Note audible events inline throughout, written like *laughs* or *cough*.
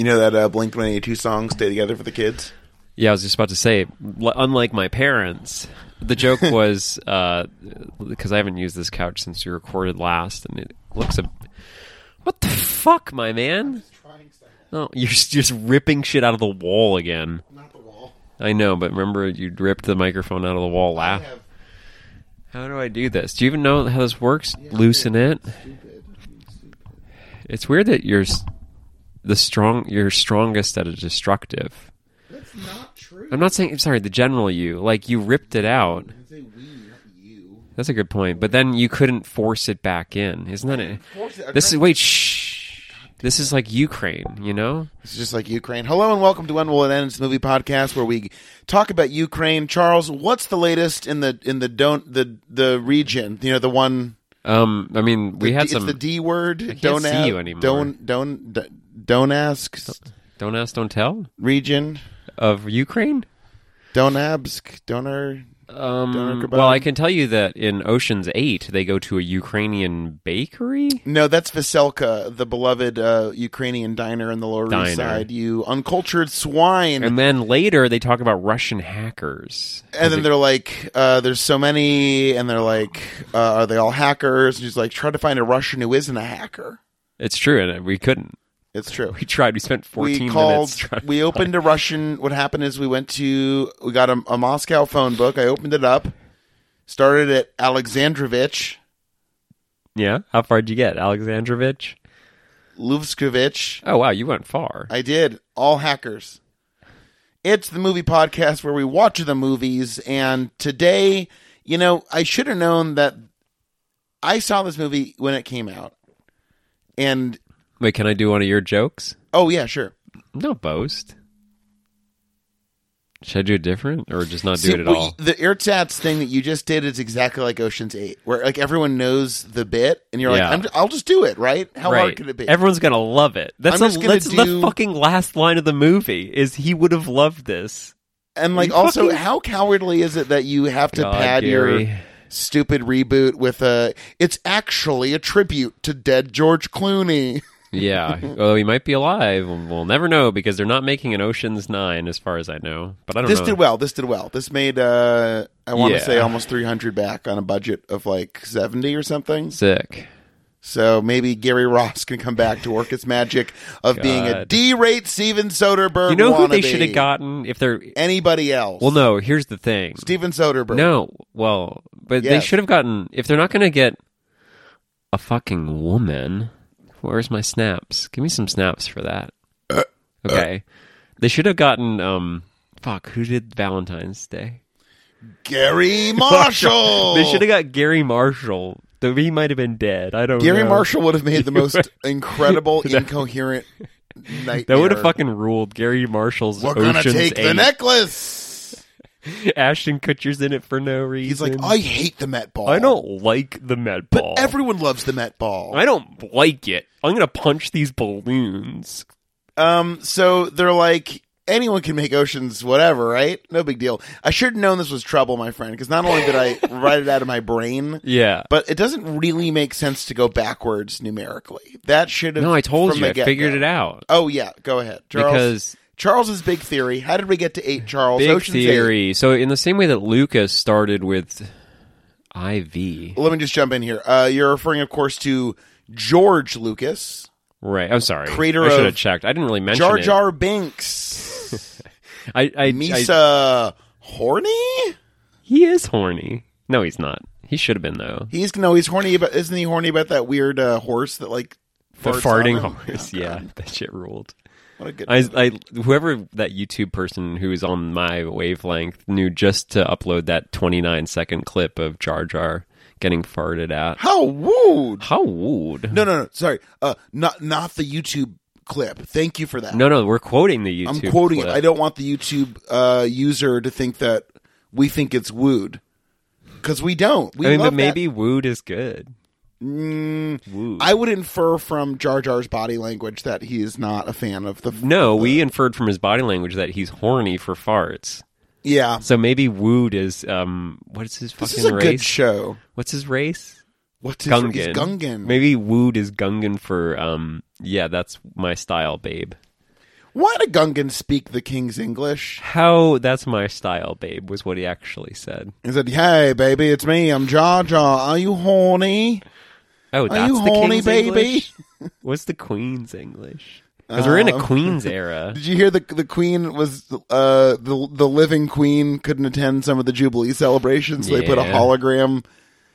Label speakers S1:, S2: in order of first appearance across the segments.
S1: know that uh, Blink 182 song, Stay Together for the Kids?
S2: Yeah, I was just about to say, l- unlike my parents, the joke was because I haven't used this couch since we recorded last, and it looks a. What the fuck, my man? No, you're s- just ripping shit out of the wall again.
S3: Not the wall.
S2: I know, but remember you ripped the microphone out of the wall. Laugh.
S3: have-
S2: How do I do this? Do you even know how this works? Loosen it. It's weird that you're s- the strong. You're strongest at a destructive.
S3: That's not true.
S2: I'm not saying. I'm sorry. The general you, like you ripped it out.
S3: I say we, not you.
S2: That's a good point. But then you couldn't force it back in, isn't that it?
S1: Force it-
S2: This is wait. Shh. This is like Ukraine. You know.
S1: It's just like Ukraine. Hello and welcome to When Will It End? It's a movie podcast where we talk about Ukraine. Charles, what's the latest in the in the don't the the region? You know, the one
S2: Um. I mean, we had
S1: it's
S2: some.
S1: the D word.
S2: can't
S1: don't
S2: see
S1: ask,
S2: you anymore.
S1: Don't don't d- don't ask s-
S2: don't ask, don't tell.
S1: region.
S2: Of Ukraine.
S1: Don't er, absk. Donor. Doner
S2: Um,
S1: kebab?
S2: well, I can tell you that in Ocean's Eight, they go to a Ukrainian bakery.
S1: No, that's Veselka, the beloved uh, Ukrainian diner in the Lower
S2: Diner.
S1: East Side. You uncultured swine.
S2: And then later they talk about Russian hackers.
S1: and then they're like, uh, "There's so many," and they're like, uh, "Are they all hackers?" And she's like, "Try to find a Russian who isn't a hacker."
S2: It's true, and we couldn't.
S1: It's true.
S2: We tried. We spent
S1: We
S2: 14
S1: called.
S2: minutes *laughs* trying.
S1: We opened a Russian. What happened is we went to we got a, a Moscow phone book. I opened it up, started at Alexandrovich,
S2: yeah. How far did you get, Alexandrovich?
S1: Luvskovich.
S2: Oh, wow. You went far.
S1: I did all hackers. It's the movie podcast where we watch the movies, and today, you know, I should have known that I saw this movie when it came out, and
S2: Wait, can I do one of your jokes?
S1: Oh yeah, sure.
S2: No boast. Should I do it different or just not do
S1: See,
S2: it at
S1: well,
S2: all?
S1: The ersatz thing that you just did is exactly like Ocean's Eight, where like everyone knows the bit, and you're
S2: Yeah.
S1: like, I'm, "I'll just do it." Right? How hard
S2: right.
S1: could it be?
S2: Everyone's gonna love it. That's,
S1: I'm
S2: a,
S1: just gonna
S2: that's the
S1: do-
S2: fucking last line of the movie. Is he would have loved this?
S1: and like,
S2: you
S1: also,
S2: fucking-
S1: how cowardly is it that you have to
S2: God,
S1: pad your
S2: Gary.
S1: stupid reboot with a? It's actually a tribute to dead George Clooney. *laughs*
S2: yeah. *laughs* Well, he might be alive. We'll never know because they're not making an Ocean's Nine, as far as I know. But I don't
S1: This
S2: know.
S1: did well. This did well. This made uh, I want to
S2: Yeah.
S1: say almost 300 back on a budget of like 70 or something.
S2: Sick.
S1: So maybe Gary Ross can come back to work its magic of being a
S2: God.
S1: D-rate Steven Soderbergh.
S2: You know who they
S1: wannabe.
S2: should have gotten if they're.
S1: Anybody else?
S2: Well, no. Here's the thing.
S1: Steven Soderbergh.
S2: No. Well, but they
S1: Yes.
S2: should have gotten if they're not going to get a fucking woman. Where's my snaps? Give me some snaps for
S1: *coughs*
S2: that. Okay. They should have gotten um. Fuck. Who did Valentine's Day? *laughs*
S1: Gary Marshall.
S2: They should have got Gary Marshall. Though he might have been dead. I don't.
S1: Gary
S2: know.
S1: Marshall would have
S2: *laughs*
S1: made the most incredible, incoherent nightmare.
S2: That would have fucking ruled. Gary Marshall's
S1: We're gonna
S2: Ocean's
S1: take the
S2: Eight.
S1: necklace.
S2: *laughs* Ashton Kutcher's in it for no reason.
S1: He's like, I hate the Met Ball.
S2: I don't like the med
S1: But
S2: ball.
S1: everyone loves the Met Ball.
S2: I don't like it. I'm gonna punch these balloons.
S1: Um, so they're like, anyone can make oceans, whatever, right? No big deal. I should have known this was trouble, my friend, because not only
S2: *laughs*
S1: did I write it out of my brain,
S2: Yeah.
S1: but it doesn't really make sense to go backwards numerically. That should have
S2: no, I told
S1: from
S2: you.
S1: the
S2: I
S1: get-go.
S2: figured it out.
S1: Oh yeah, go ahead, Charles.
S2: Because-
S1: Charles's big theory. How did we get to eight, Charles?
S2: Big
S1: Ocean's
S2: theory. So in the same way that Lucas started with IV,
S1: Eight. Let me just jump in here. Uh, you're referring, of course, to George Lucas,
S2: right? I'm sorry.
S1: Creator
S2: I should
S1: of
S2: have checked. I didn't really mention
S1: Jar
S2: it.
S1: Jar
S2: *laughs*
S1: Binks,
S2: I, I, I-
S1: Misa Horny.
S2: he is horny. No, he's not. He should have been though.
S1: He's no, he's horny about. Isn't he horny about that weird uh, horse that like
S2: The
S1: farts
S2: farting
S1: on him? Oh,
S2: horse. Yeah, that shit ruled.
S1: What a good.
S2: I, I, whoever that YouTube person who is on my wavelength knew just to upload that 29 second clip of Jar Jar getting farted at.
S1: How wooed?
S2: How would?
S1: No, no, no. Sorry. Uh, not not the YouTube clip. Thank you for that.
S2: no, no, we're quoting the
S1: I'm
S2: YouTube.
S1: quoting
S2: clip.
S1: it. I don't want the YouTube uh, user to think that we think it's wooed because we don't. We
S2: I mean,
S1: love
S2: but maybe Wood is good.
S1: that. I would infer from Jar Jar's body language that he is not a fan of the.
S2: No, we inferred from his body language that he's horny for farts.
S1: Yeah,
S2: So maybe Wood is um, what is his fucking
S1: this is a
S2: race?
S1: good show.
S2: What's his race?
S1: What's his
S2: Gungan.
S1: He's Gungan.
S2: Maybe Wood is Gungan for um, yeah, that's my style, babe.
S1: Why do Gungans speak the king's English?
S2: How that's my style, babe, was what he actually said.
S1: He said, "Hey, baby, it's me. I'm Jar Jar. Are you horny?
S2: Oh, that's
S1: you
S2: the
S1: horny,
S2: king's
S1: baby?
S2: English? What's the queen's English? Because we're in a
S1: Um,
S2: queen's era.
S1: Did you hear the the queen was uh the the living queen couldn't attend some of the jubilee celebrations, so they put a
S2: Yeah.
S1: hologram,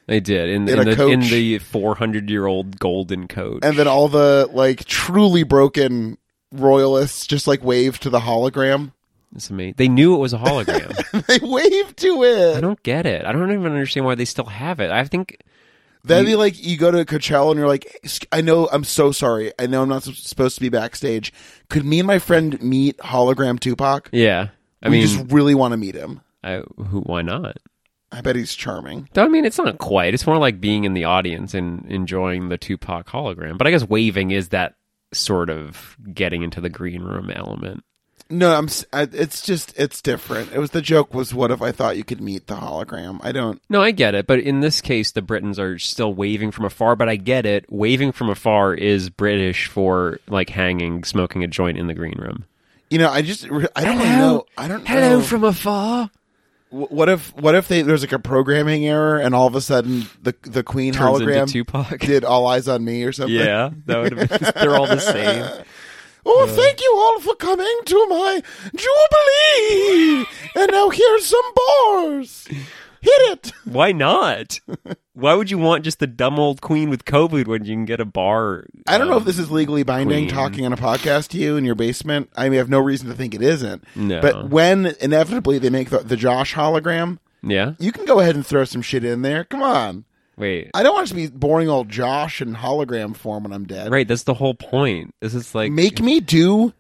S2: They did in,
S1: In
S2: in,
S1: a
S2: the in
S1: coach.
S2: the four hundred year old golden coach.
S1: and then all the like truly broken royalists just like waved to the hologram. *laughs*
S2: it's amazing. They knew it was a hologram.
S1: they waved to
S2: I
S1: it.
S2: don't get it. I don't even understand why they still have it. I think
S1: That'd be like you go to Coachella and you're like, "Exc- I know, I'm so sorry. I know I'm not sup- supposed to be backstage. Could me and my friend meet hologram Tupac?
S2: yeah. I
S1: we
S2: mean,
S1: just really want to meet him.
S2: I, who, why not?
S1: I bet he's charming.
S2: I mean, it's not quite. It's more like being in the audience and enjoying the Tupac hologram. But I guess waving is that sort of getting into the green room element.
S1: No, I'm. s- I, it's just it's different. It was the joke was what if I thought you could meet the hologram? I don't.
S2: No, I get it. But in this case, the Britons are still waving from afar. But I get it. Waving from afar is British for like hanging, smoking a joint in the green room.
S1: You know, I just re- I don't really know. I don't
S2: Hello
S1: know.
S2: from afar.
S1: Wh- what if what if they, there's like a programming error and all of a sudden the the queen
S2: Turns
S1: hologram
S2: into Tupac. *laughs*
S1: *laughs* did all eyes on me or something?
S2: Yeah, that would have been. They're all the same.
S1: Oh, thank you all for coming to my jubilee. and now here's some bars. Hit it.
S2: Why not? Why would you want just the dumb old queen with COVID when you can get a bar?
S1: I don't know
S2: um,
S1: if this is legally binding,
S2: Queen.
S1: talking on a podcast to you in your basement. I mean, I have no reason to think it isn't.
S2: No.
S1: But when inevitably they make the, the Josh hologram,
S2: Um, Yeah.
S1: you can go ahead and throw some shit in there. Come on.
S2: Wait.
S1: I don't want it to be boring old Josh in hologram form when I'm dead.
S2: Right, that's the whole point. This is like
S1: Make me do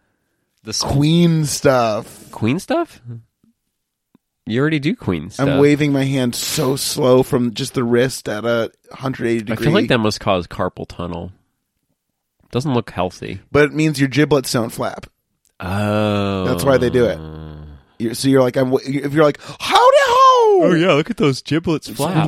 S2: the s-
S1: queen stuff.
S2: Queen stuff. You already do Queen stuff.
S1: I'm waving my hand so slow from just the wrist at a 180
S2: I
S1: degree.
S2: feel like that must cause carpal tunnel. Doesn't look healthy.
S1: But it means your giblets don't flap.
S2: Oh,
S1: That's why they do it.
S2: Uh.
S1: You're, so you're like, I'm, w- if you're like, howdy ho!
S2: Oh, yeah, look at those giblets flap.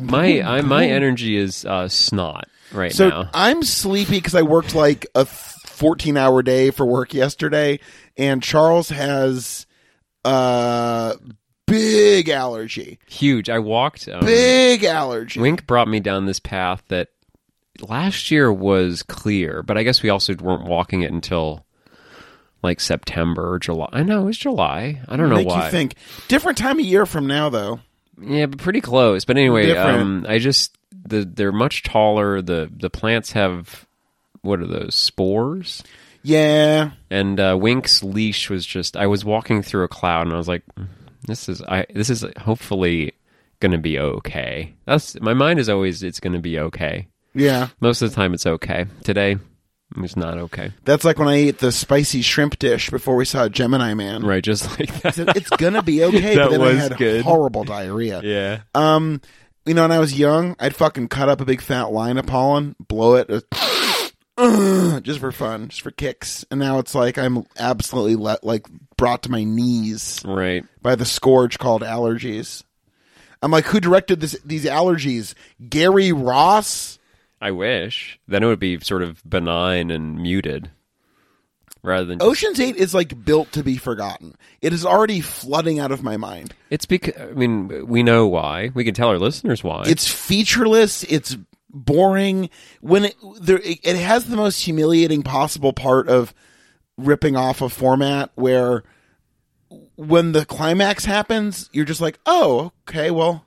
S2: My I, my energy is uh, snot right
S1: So
S2: now.
S1: I'm sleepy because I worked like a 14 hour day for work yesterday, and Charles has uh big allergy,
S2: Huge. I walked. Um,
S1: big allergy.
S2: Wink brought me down this path that last year was clear, but I guess we also weren't walking it until like September or July. I know it was July. I don't know
S1: Make
S2: why.
S1: you think different time of year from now though.
S2: Yeah, but pretty close. But anyway,
S1: Different.
S2: um, I just the they're much taller. The the plants have what are those spores?
S1: Yeah,
S2: And uh, Wink's leash was just. I was walking through a cloud, and I was like, "This is I. This is hopefully going to be okay." That's my mind is always it's going to be okay.
S1: yeah.
S2: Most of the time, it's okay. Today, it's not okay.
S1: That's like when I ate the spicy shrimp dish before we saw Gemini Man.
S2: Right, just *laughs* like that.
S1: So it's
S2: *laughs*
S1: gonna be okay.
S2: That
S1: but then I
S2: was
S1: had
S2: good.
S1: horrible diarrhea.
S2: Yeah.
S1: Um, you know, when I was young, I'd fucking cut up a big fat line of pollen, blow it, uh, *sniffs* just for fun, just for kicks. And now it's like I'm absolutely le- like brought to my knees
S2: Right.
S1: by the scourge called allergies. I'm like, who directed this, these allergies? Gary Ross?
S2: I wish. Then it would be sort of benign and muted, rather than. just-
S1: Ocean's Eight is like built to be forgotten. It is already flooding out of my mind.
S2: It's because I mean we know why. We can tell our listeners why.
S1: It's featureless. It's boring. When it there, it, it has the most humiliating possible part of ripping off a format where when the climax happens, you're just like, oh, okay, well,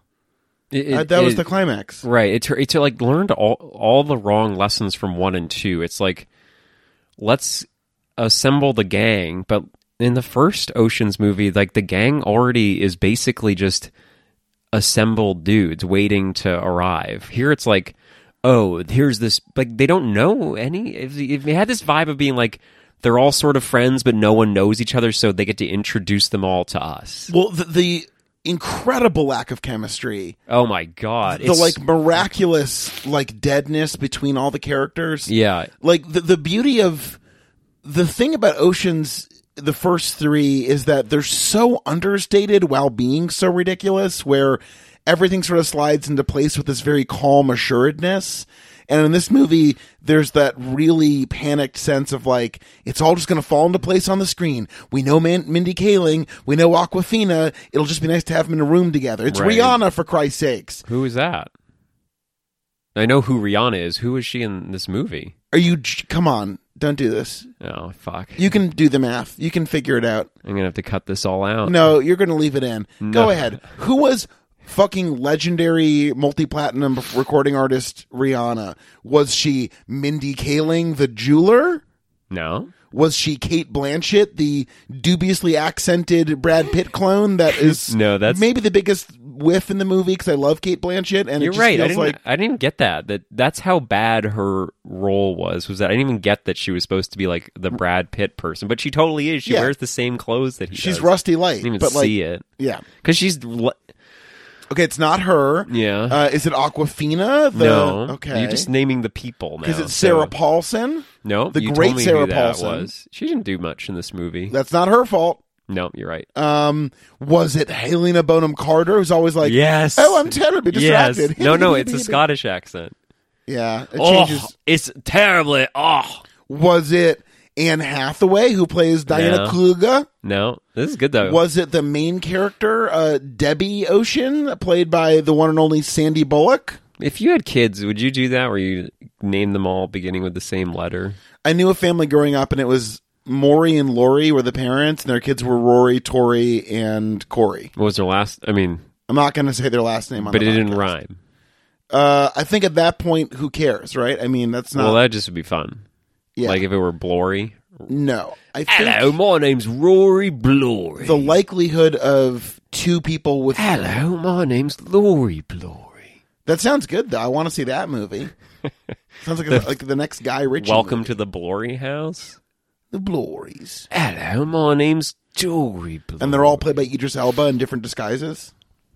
S2: It-
S1: uh,
S2: it-
S1: that was
S2: it-
S1: the climax.
S2: right. It's it's like learned all all the wrong lessons from one and two. It's like let's assemble the gang, but in the first Ocean's movie, like the gang already is basically just assembled dudes waiting to arrive. Here it's like, oh, here's this. Like they don't know any. If, if they had this vibe of being like. They're all sort of friends, but no one knows each other, so they get to introduce them all to us.
S1: Well, the, the incredible lack of chemistry,
S2: Oh my god!
S1: the like miraculous like deadness between all the characters.
S2: yeah,
S1: like the the beauty of the thing about oceans the first three is that they're so understated while being so ridiculous where everything sort of slides into place with this very calm assuredness And in this movie, there's that really panicked sense of like, it's all just going to fall into place on the screen. We know Man- Mindy Kaling. We know Aquafina. It'll just be nice to have them in a room together. It's
S2: Right.
S1: Rihanna, for Christ's sakes.
S2: Who is that? I know who Rihanna is. Who is she in this movie?
S1: Are you, j- come on, don't do this.
S2: Oh fuck!
S1: You can do the math. You can figure it out.
S2: I'm gonna have to cut this all out.
S1: No, you're going to leave it in.
S2: No.
S1: Go ahead. Who was fucking legendary multi-platinum recording artist Rihanna? Was she Mindy Kaling, the jeweler?
S2: no.
S1: Was she Kate Blanchett, the dubiously accented Brad Pitt clone that
S2: *laughs*
S1: is
S2: No, that's-
S1: maybe the biggest whiff in the movie because I love Kate Blanchett and it
S2: You're
S1: just
S2: right. I didn't.
S1: feels like
S2: I didn't even get that. That that's how bad her role was. Was that I didn't even get that she was supposed to be like the Brad Pitt person, but she totally is. She
S1: Yeah.
S2: wears the same clothes that he.
S1: she's
S2: does.
S1: Rusty Light.
S2: Didn't even
S1: but like
S2: see it
S1: yeah.
S2: because she's. l-
S1: Okay, it's not her.
S2: Yeah.
S1: Uh, is it Aquafina? The,
S2: no.
S1: Okay.
S2: You're just naming the people now.
S1: because it's
S2: so-
S1: Sarah Paulson.
S2: No,
S1: the
S2: you told
S1: great
S2: me who
S1: Sarah
S2: that
S1: Paulson.
S2: was. She didn't do much in this movie.
S1: That's not her fault.
S2: no, you're right.
S1: Um, was it Helena Bonham Carter who's always like,
S2: yes.
S1: "Oh, I'm terribly
S2: yes.
S1: *laughs* distracted."
S2: No, no, it's a Scottish accent.
S1: Yeah, it
S2: Oh,
S1: changes.
S2: it's terribly. Oh,
S1: Was it Anne Hathaway who plays Diana
S2: No.
S1: Kluga?
S2: no, this is good though.
S1: Was it the main character, uh, Debbie Ocean, played by the one and only Sandy Bullock?
S2: If you had kids, would you do that where you name them all beginning with the same letter?
S1: I knew a family growing up, and it was Maury and Lori were the parents, and their kids were Rory, Tori, and Corey.
S2: What was their last? I mean,
S1: I'm not going to say their last name, on
S2: but
S1: the
S2: it didn't
S1: podcast.
S2: rhyme.
S1: Uh, I think at that point, who cares, right? I mean, that's not
S2: Well, that just would be fun.
S1: yeah.
S2: Like if it were Blory.
S1: no. I think
S2: Hello, my name's Rory Blory.
S1: the likelihood of two people with
S2: Ah. Hello, my name's Lori Blory.
S1: that sounds good though. I want to see that *laughs* movie. sounds like the, like the next Guy Ritchie.
S2: Welcome
S1: movie.
S2: to the Blory house.
S1: the Blories,
S2: Hello, my name's Jory Blory.
S1: and they're all played by Idris Elba in different disguises.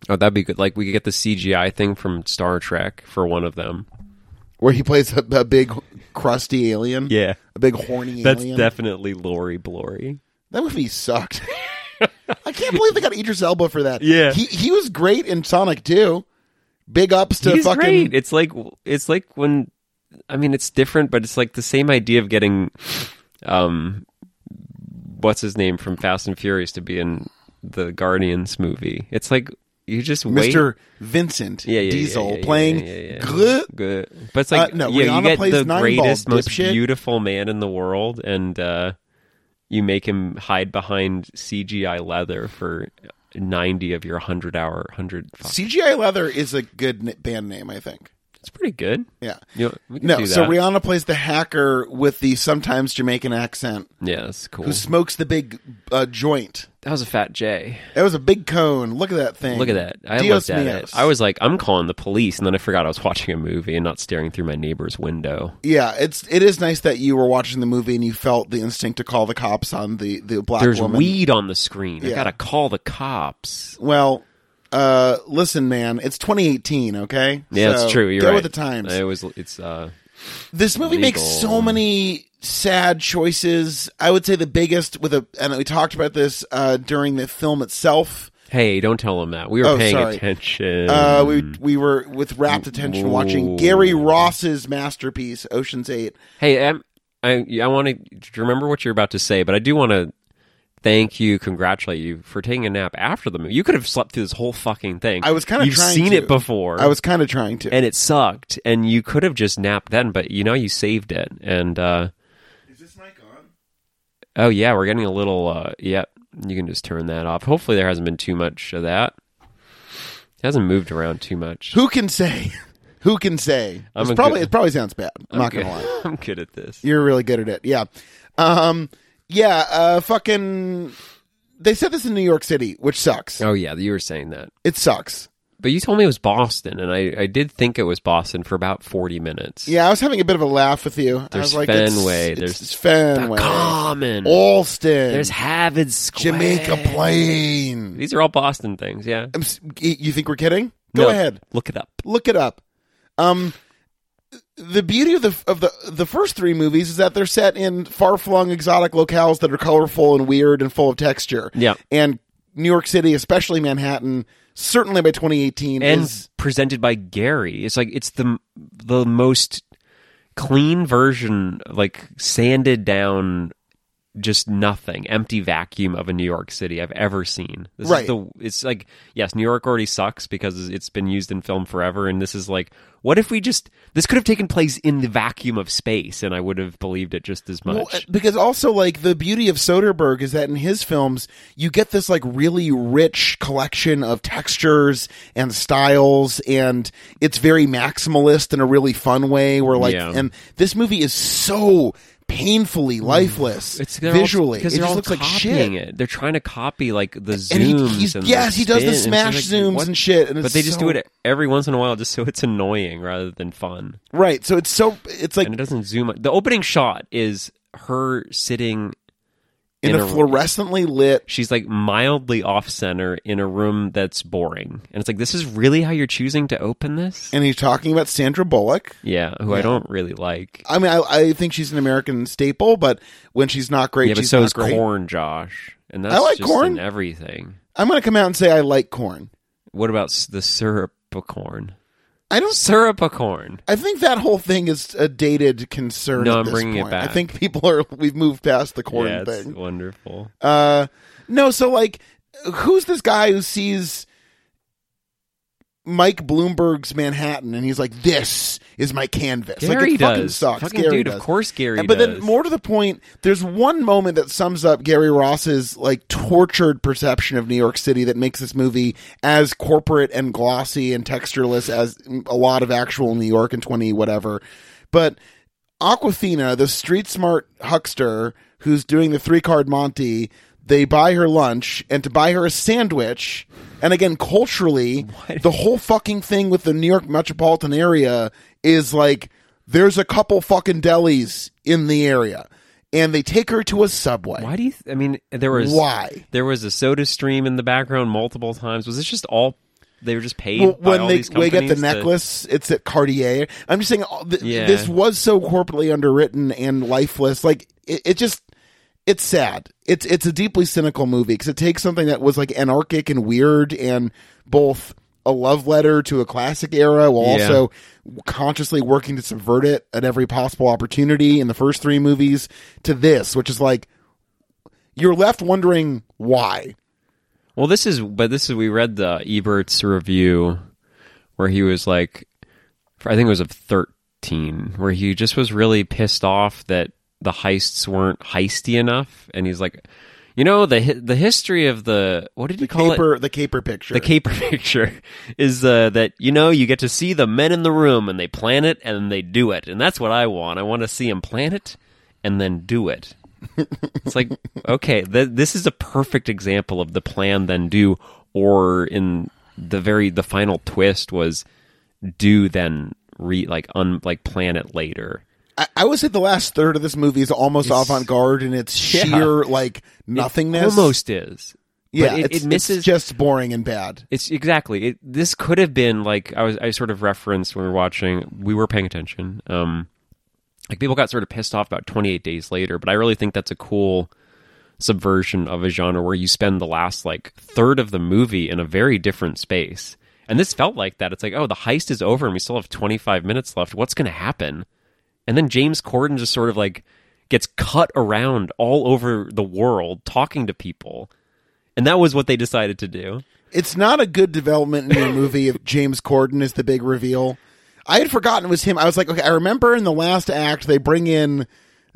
S2: Oh, that'd be good. Like we could get the CGI thing from Star Trek for one of them.
S1: Where he plays a, a big crusty alien,
S2: Yeah.
S1: a big horny
S2: That's
S1: alien.
S2: definitely Lori Blory.
S1: that movie *laughs* sucked. I can't believe they got Idris Elba for that.
S2: Yeah.
S1: he he was great in Sonic 2. Big ups to
S2: He's
S1: fucking
S2: great. It's like it's like when I mean it's different, but it's like the same idea of getting um what's his name from Fast and Furious to be in the Guardians movie. It's like you just wait.
S1: Mr. Vincent
S2: Yeah, yeah, yeah,
S1: Diesel
S2: yeah, yeah,
S1: playing
S2: yeah, yeah, yeah.
S1: Gluh.
S2: Good. But it's like
S1: Uh, no,
S2: yeah,
S1: Rihanna
S2: you get
S1: plays
S2: the
S1: Nine
S2: greatest,
S1: Ball,
S2: most
S1: dipshit.
S2: beautiful man in the world, and uh, you make him hide behind CGI leather for ninety of your hundred hour hundred. fuck,
S1: CGI Leather is a good n- band name, I think.
S2: It's pretty good.
S1: Yeah.
S2: You know, we can
S1: No,
S2: do
S1: so
S2: that.
S1: Rihanna plays the hacker with the sometimes Jamaican accent
S2: yeah, that's cool.
S1: who smokes the big uh, joint.
S2: That was a fat J.
S1: That was a big cone. Look at that thing.
S2: Look at that. I
S1: Dios
S2: looked at
S1: míos.
S2: it. I was like, I'm calling the police, and then I forgot I was watching a movie and not staring through my neighbor's window.
S1: Yeah, it's it is nice that you were watching the movie and you felt the instinct to call the cops on the the black
S2: There's
S1: woman.
S2: weed on the screen. I
S1: Yeah.
S2: gotta call the cops.
S1: Well, uh, listen, man, it's 2018. Okay.
S2: Yeah,
S1: So
S2: that's true. You're
S1: go
S2: right.
S1: with the times.
S2: It was. It's. uh
S1: this movie makes
S2: legal.
S1: so many sad choices. I would say the biggest with a, and we talked about this uh, during the film itself.
S2: Hey, don't tell him that. We were
S1: Oh,
S2: paying
S1: sorry.
S2: attention.
S1: Uh, we
S2: Mm.
S1: we were with rapt attention watching Gary Ross's masterpiece, Ocean's Eight.
S2: hey, I'm, I I want to remember what you're about to say, but I do want to thank you, congratulate you for taking a nap after the movie. You could have slept through this whole fucking thing.
S1: I was kinda
S2: You've
S1: trying
S2: seen
S1: to.
S2: it before.
S1: I was kind of trying to.
S2: and it sucked, and you could have just napped then, but you know you saved it. And uh,
S3: Is this mic on?
S2: oh yeah, we're getting a little. Uh, yeah, you can just turn that off. Hopefully, there hasn't been too much of that. It hasn't moved around too much.
S1: Who can say? *laughs* Who can say?
S2: I'm
S1: It's
S2: a
S1: probably
S2: good-
S1: it probably sounds bad. I'm, not
S2: good.
S1: gonna lie.
S2: *laughs* I'm good at this.
S1: You're really good at it. Yeah. Um. Yeah. Uh. Fucking. They said this in New York City, which sucks.
S2: Oh yeah, you were saying that.
S1: It sucks.
S2: But you told me it was Boston, and I, I did think it was Boston for about 40 minutes.
S1: Yeah, I was having a bit of a laugh with you. I
S2: There's
S1: was like,
S2: Fenway,
S1: It's,
S2: there's
S1: it's Fenway.
S2: Common.
S1: Allston.
S2: There's Harvard Square.
S1: Jamaica Plain.
S2: These are all Boston things, yeah.
S1: I'm s- y- you think we're kidding? Go
S2: No,
S1: ahead,
S2: Look it up.
S1: look it up. Um, the beauty of the of the the first three movies is that they're set in far flung exotic locales that are colorful and weird and full of texture.
S2: Yeah.
S1: and New York City, especially Manhattan, certainly by 2018
S2: And
S1: is
S2: presented by Gary. It's like, it's the the most clean version, like sanded down, just nothing, empty vacuum of a New York City I've ever seen. This
S1: Right.
S2: Is the, it's like, yes, New York already sucks because it's been used in film forever. And this is like, what if we just, this could have taken place in the vacuum of space and I would have believed it just as much.
S1: Well, uh, because also like the beauty of Soderbergh is that in his films you get this like really rich collection of textures and styles, and it's very maximalist in a really fun way. Where like,
S2: Yeah. Mm.
S1: and this movie is so painfully lifeless
S2: It's they're all-
S1: visually. It
S2: because they're
S1: just
S2: all
S1: looks like
S2: copying
S1: shit.
S2: it. They're trying to copy like the zooms
S1: And
S2: and,
S1: he- he's-
S2: the
S1: yes, he does the
S2: spin, and it's
S1: smash
S2: just like,
S1: zooms
S2: what?
S1: and shit, and it's
S2: but they just
S1: so-
S2: do it every once in a while, just so it's annoying rather than fun.
S1: Right. So it's so it's like
S2: And it doesn't zoom. The opening shot is her sitting.
S1: in,
S2: in
S1: a,
S2: a-
S1: fluorescently lit.
S2: She's like mildly off center in a room that's boring, and it's like this is really how you're choosing to open this.
S1: And he's talking about Sandra Bullock.
S2: yeah, who I don't really like.
S1: I mean, I, I think she's an American staple, but when she's not great,
S2: yeah, but
S1: she's
S2: so
S1: not
S2: is
S1: great.
S2: corn, Josh, and that's
S1: like
S2: just
S1: corn.
S2: in everything.
S1: I'm going to come out and say I like corn.
S2: What about s- the syrup of corn?
S1: I don't.
S2: Syrup of corn.
S1: I think that whole thing is a dated concern.
S2: No,
S1: at
S2: I'm
S1: this
S2: bringing it
S1: point. I
S2: back.
S1: think people are. We've moved past the corn
S2: yeah, it's
S1: thing.
S2: wonderful.
S1: Uh, no, so like, who's this guy who sees Mike Bloomberg's Manhattan and he's like, "This is my canvas." like,
S2: Gary
S1: it
S2: does.
S1: Fucking sucks.
S2: Fucking
S1: Gary
S2: dude,
S1: does.
S2: of course Gary
S1: And- but
S2: does.
S1: then, more to the point, there's one moment that sums up Gary Ross's like tortured perception of New York City that makes this movie as corporate and glossy and textureless as a lot of actual New York in 20 whatever. But Aquafina, the street smart huckster who's doing the three card Monty, they buy her lunch and to buy her a sandwich. And again, culturally, the whole fucking thing with the New York metropolitan area is like there's a couple fucking delis in the area. And they take her to a subway.
S2: why do you? Th- I mean, there was
S1: Why?
S2: there was a Soda Stream in the background multiple times. Was this just all they were just paid?
S1: Well,
S2: by
S1: when
S2: all
S1: they
S2: these
S1: they get
S2: companies
S1: the
S2: to-
S1: necklace, it's at Cartier. I'm just saying, all th-
S2: Yeah.
S1: this was so corporately underwritten and lifeless. Like it, it just, it's sad. It's it's a deeply cynical movie because it takes something that was like anarchic and weird and both a love letter to a classic era while
S2: Yeah.
S1: also consciously working to subvert it at every possible opportunity in the first three movies to this, which is like you're left wondering why.
S2: Well, this is but this is we read the Ebert's review where he was like, I think it was of thirteen, where he just was really pissed off that the heists weren't heisty enough, and he's like, you know the hi- the history of the what did he call it?
S1: Caper, the caper picture.
S2: The caper *laughs* picture is uh, that you know you get to see the men in the room and they plan it and they do it, and that's what I want. I want to see them plan it and then do it. it's like *laughs* okay, th- this is a perfect example of the plan then do, or in the very the final twist was do then re like un like plan it later.
S1: I, I would say the last third of this movie is almost
S2: It's-
S1: avant garde in its
S2: Yeah.
S1: sheer like nothingness.
S2: Almost is. But
S1: yeah,
S2: it-
S1: it's,
S2: it misses
S1: it's just boring and bad.
S2: It's exactly. It, this could have been like I was. I sort of referenced when we were watching. We were paying attention. Um, like people got sort of pissed off about Twenty Eight Days Later, but I really think that's a cool subversion of a genre where you spend the last like third of the movie in a very different space. And this felt like that. It's like, oh, the heist is over, and we still have twenty five minutes left. What's going to happen? And then James Corden just sort of like gets cut around all over the world talking to people. And that was what they decided to do.
S1: It's not a good development in your
S2: *laughs*
S1: movie if James Corden is the big reveal. I had forgotten it was him. I was like, okay, I remember in the last act they bring in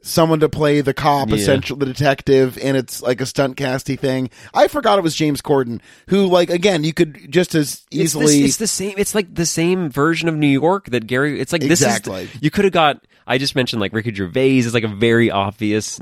S1: someone to play the cop,
S2: Yeah.
S1: essential the detective, and it's like a stunt casty thing. I forgot it was James Corden, who like again you could just as
S2: It's
S1: easily
S2: this- It's, the same. It's like the same version of New York that Gary. It's like
S1: Exactly.
S2: this is. You could have got. I just mentioned like Ricky Gervais is like a very obvious,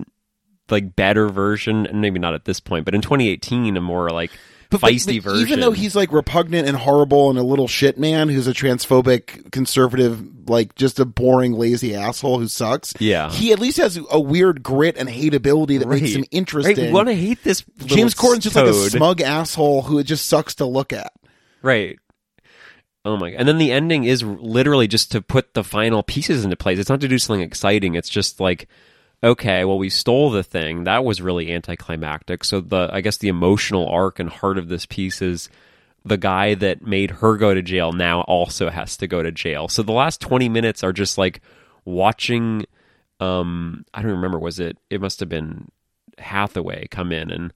S2: like better version, and maybe not at this point, but in 2018, a more like
S1: But-
S2: feisty
S1: but
S2: version.
S1: Even though he's like repugnant and horrible and a little shit man who's a transphobic conservative, like just a boring lazy asshole who sucks.
S2: Yeah.
S1: he at least has a weird grit and hateability that
S2: Right.
S1: makes him
S2: Right,
S1: interesting.
S2: we want to hate this. little
S1: James Corden's just like a
S2: toad.
S1: smug asshole who it just sucks to look at.
S2: Right. Oh my! And then the ending is literally just to put the final pieces into place. It's not to do something exciting. It's just like, okay, well, we stole the thing. That was really anticlimactic. So the, I guess, the emotional arc and heart of this piece is the guy that made her go to jail now also has to go to jail. So the last twenty minutes are just like, watching um I don't remember was it it must have been Hathaway come in and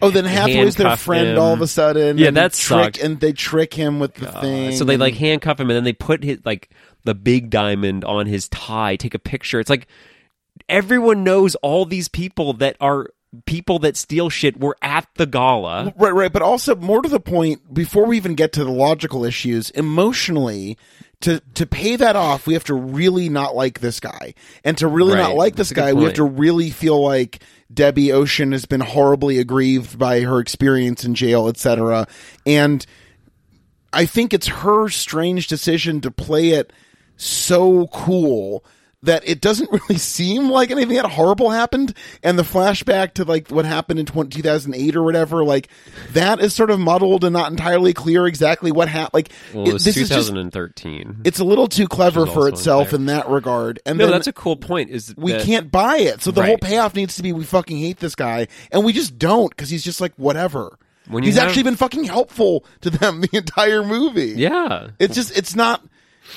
S1: Oh, then Hathaway's their
S2: handcuffed
S1: friend
S2: him.
S1: all of a sudden.
S2: Yeah,
S1: and they
S2: that
S1: trick,
S2: sucked.
S1: And they trick him with the thing.
S2: so they
S1: and-
S2: like handcuff him and then they put his like the big diamond on his tie, take a picture. It's like everyone knows all these people that are people that steal shit were at the gala.
S1: Right, right. But also, more to the point, before we even get to the logical issues, emotionally, to to pay that off, we have to really not like this guy, and to really not
S2: Right.
S1: like this
S2: That's a good
S1: guy, we have
S2: point.
S1: to really feel like Debbie Ocean has been horribly aggrieved by her experience in jail, etc. And I think it's her strange decision to play it so cool that it doesn't *laughs* really seem like anything that horrible happened and the flashback to like what happened in 20, 2008 or whatever like that is sort of muddled and not entirely clear exactly what happened like
S2: Well, it
S1: it-
S2: was
S1: this is just
S2: 2013.
S1: it's a little too clever
S2: Which is
S1: for
S2: also
S1: itself
S2: unfair.
S1: in that regard and
S2: no,
S1: then
S2: that's a cool point. Is
S1: we
S2: that-
S1: can't buy it so the whole
S2: Right.
S1: payoff needs to be we fucking hate this guy and we just don't because he's just like whatever
S2: When you
S1: he's
S2: have-
S1: actually been fucking helpful to them *laughs* the entire movie
S2: Yeah,
S1: it's just it's not.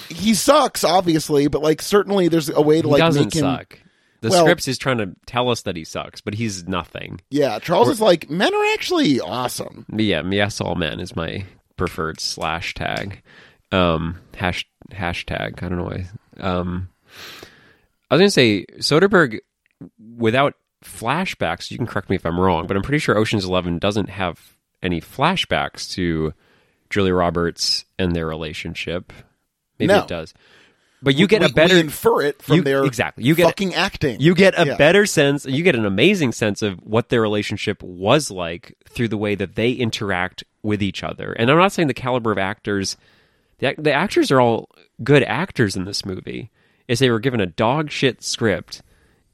S1: He sucks, obviously, but like certainly there's a way to
S2: he
S1: like
S2: doesn't
S1: make him.
S2: suck. The
S1: well-
S2: scripts is trying to tell us that he sucks, but he's nothing.
S1: Yeah, Charles is like men are actually awesome.
S2: Yeah, yes, all men is my preferred slash tag. Um, hash, hashtag. I don't know why. Um, I was gonna say Soderbergh without flashbacks. You can correct me if I'm wrong, but I'm pretty sure Ocean's Eleven doesn't have any flashbacks to Julia Roberts and their relationship. Maybe
S1: No.
S2: it does, but you get
S1: we,
S2: a better
S1: we infer it from
S2: you-
S1: their
S2: exactly. You get-
S1: fucking acting.
S2: you get a
S1: Yeah.
S2: better sense, you get an amazing sense of what their relationship was like through the way that they interact with each other. And I'm not saying the caliber of actors, the, ac- the actors are all good actors in this movie. Is they were given a dog shit script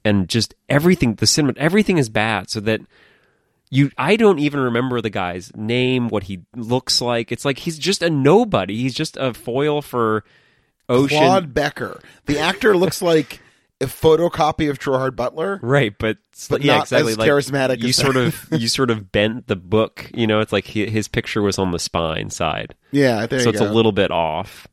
S2: and just everything, the cinema, everything is bad so that you I don't even remember the guy's name, what he looks like. It's like he's just a nobody. He's just a foil for Ocean.
S1: Claude Becker, the
S2: *laughs*
S1: actor, looks like a photocopy of Gerard Butler.
S2: Right, but,
S1: But
S2: yeah,
S1: not
S2: exactly.
S1: as
S2: like,
S1: charismatic
S2: You
S1: as
S2: sort
S1: that.
S2: of you sort of bent the book. You know, it's like he, his picture was on the spine side,
S1: Yeah, there
S2: so
S1: you
S2: it's
S1: go.
S2: a little bit off.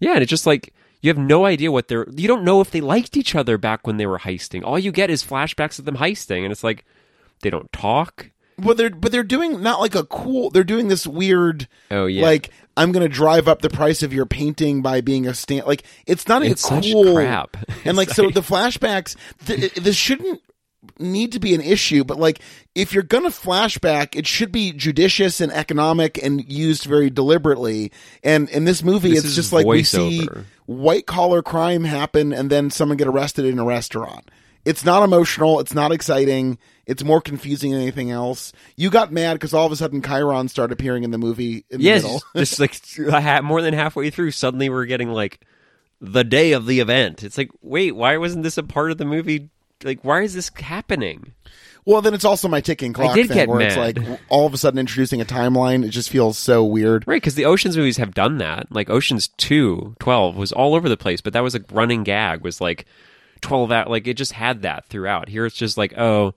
S2: Yeah, and it's just like you have no idea what they're. You don't know if they liked each other back when they were heisting. All you get is flashbacks of them heisting, and it's like they don't talk.
S1: Well, they're but they're doing not like a cool. They're doing this weird.
S2: Oh, yeah.
S1: Like I'm gonna drive up the price of your painting by being a stand. Like it's not
S2: It's
S1: a
S2: such
S1: cool *laughs*
S2: crap.
S1: And
S2: It's
S1: like so
S2: like-
S1: the flashbacks. Th- this shouldn't need to be an issue, but like if you're gonna flashback, it should be judicious and economic and used very deliberately. And in this movie,
S2: This
S1: it's
S2: is
S1: just like we see
S2: voiceover.
S1: white collar crime happen and then someone get arrested in a restaurant. It's not emotional. It's not exciting. It's more confusing than anything else. You got mad because all of a sudden Chiron started appearing in the movie in the
S2: Yes,
S1: middle.
S2: *laughs* just like a ha- more than halfway through, suddenly we're getting like the day of the event. It's like, wait, why wasn't this a part of the movie? Like, why is this happening?
S1: Well, then it's also my ticking clock
S2: did
S1: thing
S2: get
S1: where it's
S2: mad.
S1: like w- all of a sudden introducing a timeline. It just feels so weird.
S2: Right, because the Oceans movies have done that. Like Oceans 2, 12 was all over the place, but that was a running gag. Was like twelve out. Like it just had that throughout. Here it's just like, oh,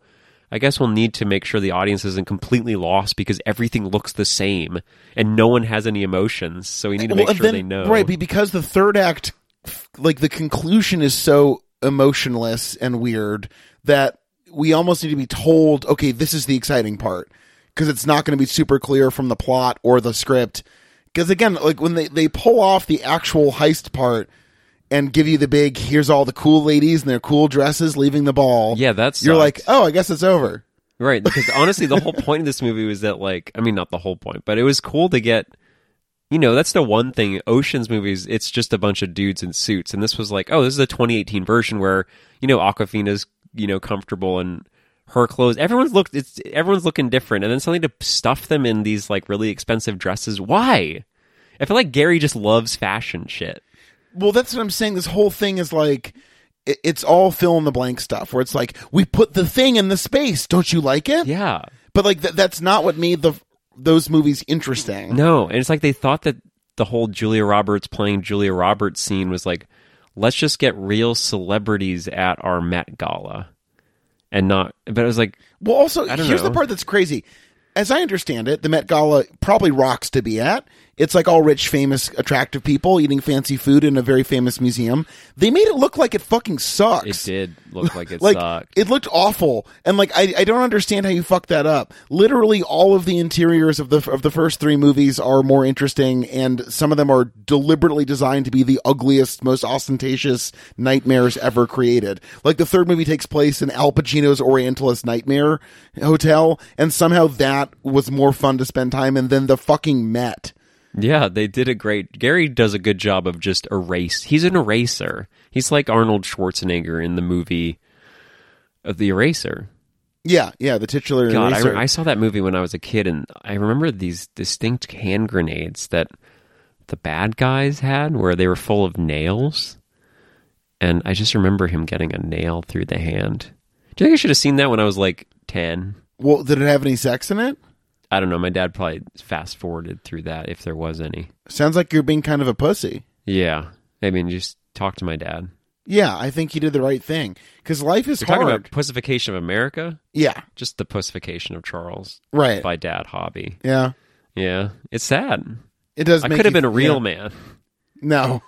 S2: I guess we'll need to make sure the audience isn't completely lost because everything looks the same and no one has any emotions. So we need to make
S1: Well, and
S2: sure
S1: then-
S2: they know.
S1: Right, be- because the third act, like the conclusion, is so emotionless and weird that we almost need to be told, okay, this is the exciting part, because it's not going to be super clear from the plot or the script. Because again, like when they they pull off the actual heist part and give you the big, here's all the cool ladies and their cool dresses leaving the ball.
S2: Yeah, that's uh,
S1: you're like, oh, I guess it's over.
S2: Right, because honestly, the whole point of this movie was that, like, I mean, not the whole point, but it was cool to get, you know, that's the one thing. Ocean's movies, it's just a bunch of dudes in suits, and this was like, oh, this is a 2018 version where you know Aquafina's, you know, comfortable and her clothes. Everyone's looked, it's everyone's looking different, and then suddenly to stuff them in these like really expensive dresses. Why? I feel like Gary just loves fashion shit.
S1: Well, that's what I'm saying. This whole thing is like it, it's all fill in the blank stuff where it's like we put the thing in the space. Don't you like it?
S2: Yeah.
S1: But like th- that's not what made the those movies interesting.
S2: No, and it's like they thought that the whole Julia Roberts playing Julia Roberts scene was like, let's just get real celebrities at our Met Gala, and not. But it was like,
S1: Well, also
S2: I don't
S1: here's
S2: know.
S1: the part that's crazy. As I understand it, the Met Gala probably rocks to be at. It's like all rich, famous, attractive people eating fancy food in a very famous museum. They made it look like it fucking sucks.
S2: It did look *laughs* like it
S1: like
S2: sucked.
S1: it looked awful and like I, I don't understand how you fucked that up literally all of the interiors of the of the first three movies are more interesting and some of them are deliberately designed to be the ugliest most ostentatious nightmares ever created like the third movie takes place in al pacino's orientalist nightmare hotel and somehow that was more fun to spend time in than the fucking met
S2: Yeah, they did a great. Gary does a good job of just erase. He's an eraser. He's like Arnold Schwarzenegger in the movie of the Eraser.
S1: yeah yeah the titular
S2: God, I,
S1: eraser.
S2: re- I saw that movie when I was a kid, and I remember these distinct hand grenades that the bad guys had, where they were full of nails. And I just remember him getting a nail through the hand. Do you think I should have seen that when I was like ten?
S1: well did it have any sex in it
S2: I don't know. My dad probably fast forwarded through that if there was any.
S1: sounds like you're being kind of a pussy
S2: Yeah, I mean, just talk to my dad.
S1: Yeah, I think he did the right thing because life is
S2: You're
S1: hard.
S2: talking about pussification of America?
S1: yeah,
S2: Just the pussification of Charles
S1: right.
S2: by Dad Hobby.
S1: Yeah, yeah.
S2: Yeah. It's sad.
S1: It does.
S2: I
S1: make
S2: could have
S1: you-
S2: been a real
S1: yeah.
S2: man. *laughs*
S1: No,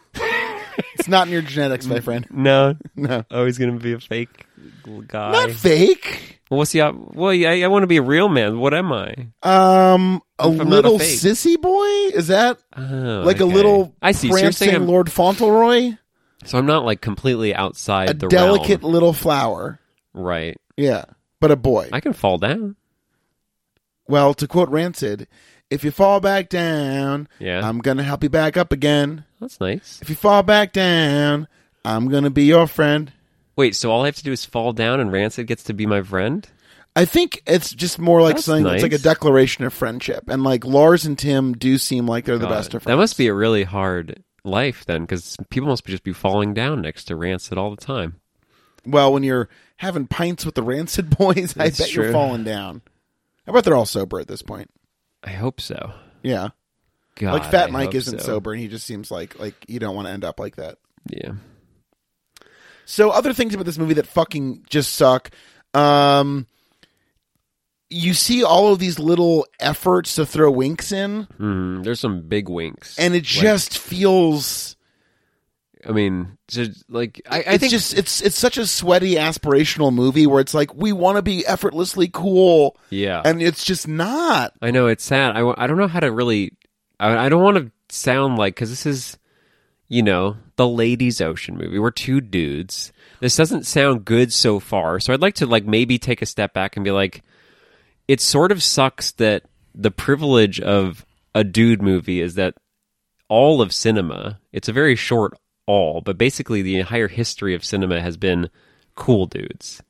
S1: it's not in your genetics,
S2: Mm.
S1: my friend. *laughs*
S2: No.
S1: No,
S2: Oh, he's going to be a fake l- guy.
S1: not fake.
S2: well, what's the op- Well, yeah, I, I want to be a real man. What am I?
S1: Um, a
S2: If I'm not a
S1: little
S2: fake.
S1: sissy boy. Is that
S2: Oh,
S1: like a
S2: okay.
S1: little
S2: I see. So you're
S1: prancing
S2: saying I'm-
S1: Lord Fauntleroy?
S2: so I'm not like completely outside
S1: A
S2: the
S1: delicate
S2: realm.
S1: little flower.
S2: Right.
S1: Yeah, but a boy.
S2: I can fall down.
S1: well, to quote Rancid, "If you fall back down,
S2: Yeah.
S1: I'm gonna help you back up again.
S2: That's nice.
S1: If you fall back down, I'm gonna be your friend."
S2: Wait, so all I have to do is fall down and Rancid gets to be my friend?
S1: I think it's just more like
S2: That's
S1: something
S2: nice.
S1: that's like a declaration of friendship. And like Lars and Tim do seem like they're the
S2: God,
S1: best of friends.
S2: That must be a really hard life then, because people must be just be falling down next to Rancid all the time.
S1: well, when you're having pints with the rancid boys, *laughs* I
S2: That's
S1: bet
S2: true.
S1: you're falling down. I bet they're all sober at this point.
S2: I hope so.
S1: Yeah.
S2: God,
S1: like Fat
S2: I
S1: Mike
S2: hope
S1: isn't
S2: so.
S1: sober and he just seems like like you don't want to end up like that.
S2: Yeah,
S1: So other things about this movie that fucking just suck. Um you see all of these little efforts to throw winks in
S2: Mhm. there's some big winks,
S1: and it
S2: Like,
S1: just feels
S2: I mean, just, like I, I
S1: it's
S2: think
S1: just it's it's such a sweaty aspirational movie where it's like we want to be effortlessly cool
S2: yeah,
S1: and it's just not
S2: I know it's sad. I, w- I don't know how to really. I, I don't want to sound like because this is, you know, the ladies' ocean movie. We're two dudes. This doesn't sound good so far. So I'd like to like maybe take a step back and be like, it sort of sucks that the privilege of a dude movie is that all of cinema. It's a very short all, but basically the entire history of cinema has been cool dudes,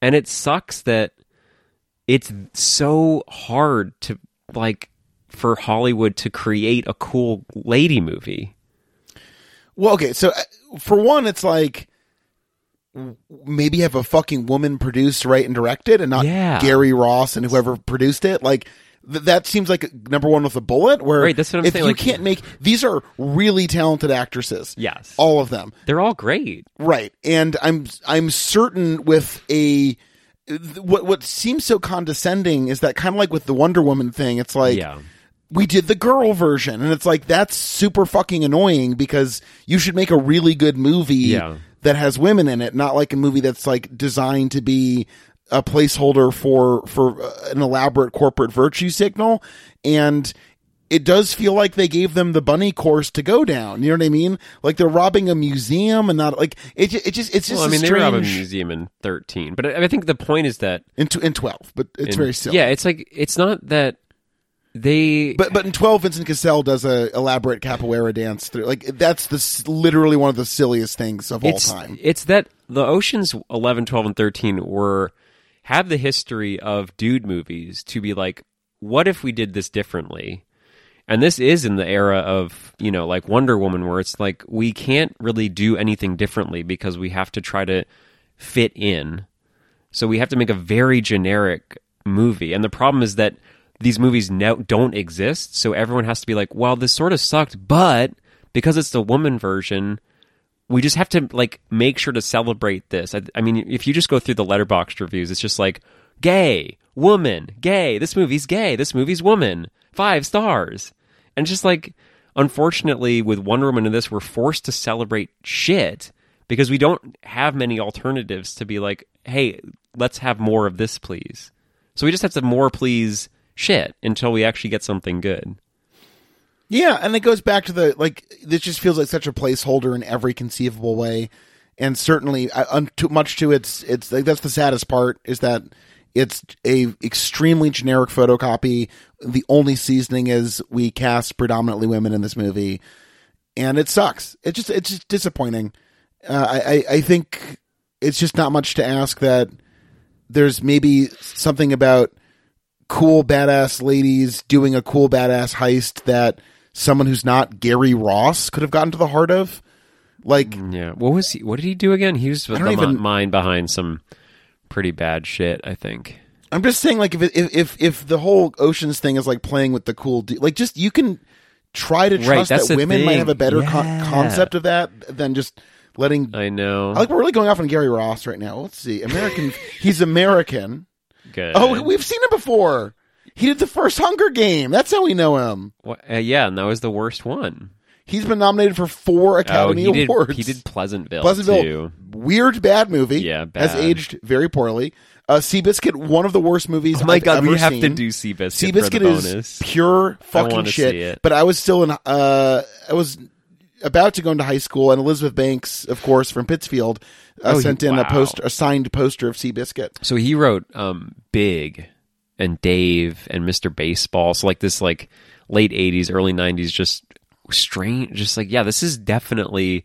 S2: and it sucks that it's so hard to like for Hollywood to create a cool lady movie.
S1: well okay so uh, for one it's like w- maybe have a fucking woman produced write and directed and not
S2: Yeah.
S1: Gary Ross and whoever produced it like th- that seems like number one with a bullet where
S2: Right, that's what I'm
S1: if
S2: saying,
S1: you
S2: like-
S1: can't make these are really talented actresses
S2: Yes.
S1: all of them
S2: They're all great.
S1: Right, and I'm I'm certain with a what what seems so condescending is that kind of like with the Wonder Woman thing. It's like
S2: yeah.
S1: we did the girl version, and it's like that's super fucking annoying because you should make a really good movie
S2: Yeah.
S1: that has women in it, not like a movie that's like designed to be a placeholder for for uh, an elaborate corporate virtue signal and it does feel like they gave them the bunny course to go down. You know what I mean? Like they're robbing a museum and not like it. ju- It just it's just
S2: Well, I mean,
S1: a
S2: they were out of a
S1: strange-
S2: museum in 13, but I, I think the point is that
S1: in tw- in twelve, but it's
S2: in-
S1: very silly.
S2: Yeah, it's like it's not that they
S1: But but in twelve, Vincent Cassell does a elaborate capoeira dance through. Like that's the s- literally one of the silliest things of all
S2: it's
S1: time.
S2: it's that the Oceans 11, 12 and 13 were have the history of dude movies to be like what if we did this differently? And this is in the era of, you know, like Wonder Woman, where it's like we can't really do anything differently because we have to try to fit in. So we have to make a very generic movie. And the problem is that these movies now don't exist. So everyone has to be like, well, this sort of sucked, but because it's the woman version, we just have to like make sure to celebrate this. I, I mean, if you just go through the letterboxd reviews, it's just like gay, woman, gay. This movie's gay. This movie's woman. Five stars. And just like, unfortunately, with Wonder Woman and this, we're forced to celebrate shit because we don't have many alternatives to be like, hey, let's have more of this, please. So we just have to more please shit until we actually get something good.
S1: Yeah, and it goes back to the like. This just feels like such a placeholder in every conceivable way, and certainly, I, un, too much to its it's like that's the saddest part is that it's a extremely generic photocopy. The only seasoning is we cast predominantly women in this movie, and it sucks. It just it's just disappointing. Uh, I I- I think it's just not much to ask that there's maybe something about cool badass ladies doing a cool badass heist that someone who's not Gary Ross could have gotten to the heart of. Like
S2: Yeah. What was he? What did he do again? He was the
S1: don't
S2: mi-
S1: even-
S2: mind behind some pretty bad shit, I think.
S1: I'm just saying, like if it, if if if the whole oceans thing is like playing with the cool, de- like just you can try to trust
S2: that's
S1: that
S2: the
S1: women might
S2: thing.
S1: have a better con-
S2: Yeah.
S1: concept of that than just letting.
S2: I know.
S1: I like we're really going off on Gary Ross right now. Let's see, American. *laughs* he's American.
S2: Good.
S1: Oh, we've seen him before. He did the first Hunger Game. That's how we know him.
S2: Wha- uh, yeah, and that was the worst one.
S1: He's been nominated for four Academy
S2: oh, he
S1: Awards.
S2: did. He did Pleasantville.
S1: Pleasantville,
S2: Too.
S1: weird bad movie.
S2: Yeah,
S1: has
S2: bad.
S1: aged very poorly. Uh, Seabiscuit, one of the worst movies.
S2: Oh my
S1: I've
S2: god,
S1: ever
S2: we have to
S1: seen.
S2: do Seabiscuit, for
S1: Seabiscuit
S2: the
S1: is
S2: bonus.
S1: pure fucking
S2: wanna see
S1: shit.
S2: it.
S1: But I was still in. Uh, I was about to go into high school, and Elizabeth Banks, of course, from Pittsfield, uh,
S2: Oh, he-
S1: sent in a
S2: wow.
S1: poster, a signed poster of Seabiscuit.
S2: so he wrote um, Big and Dave and Mr. Baseball. So like this like late 80s, early 90s just strange just like yeah, this is definitely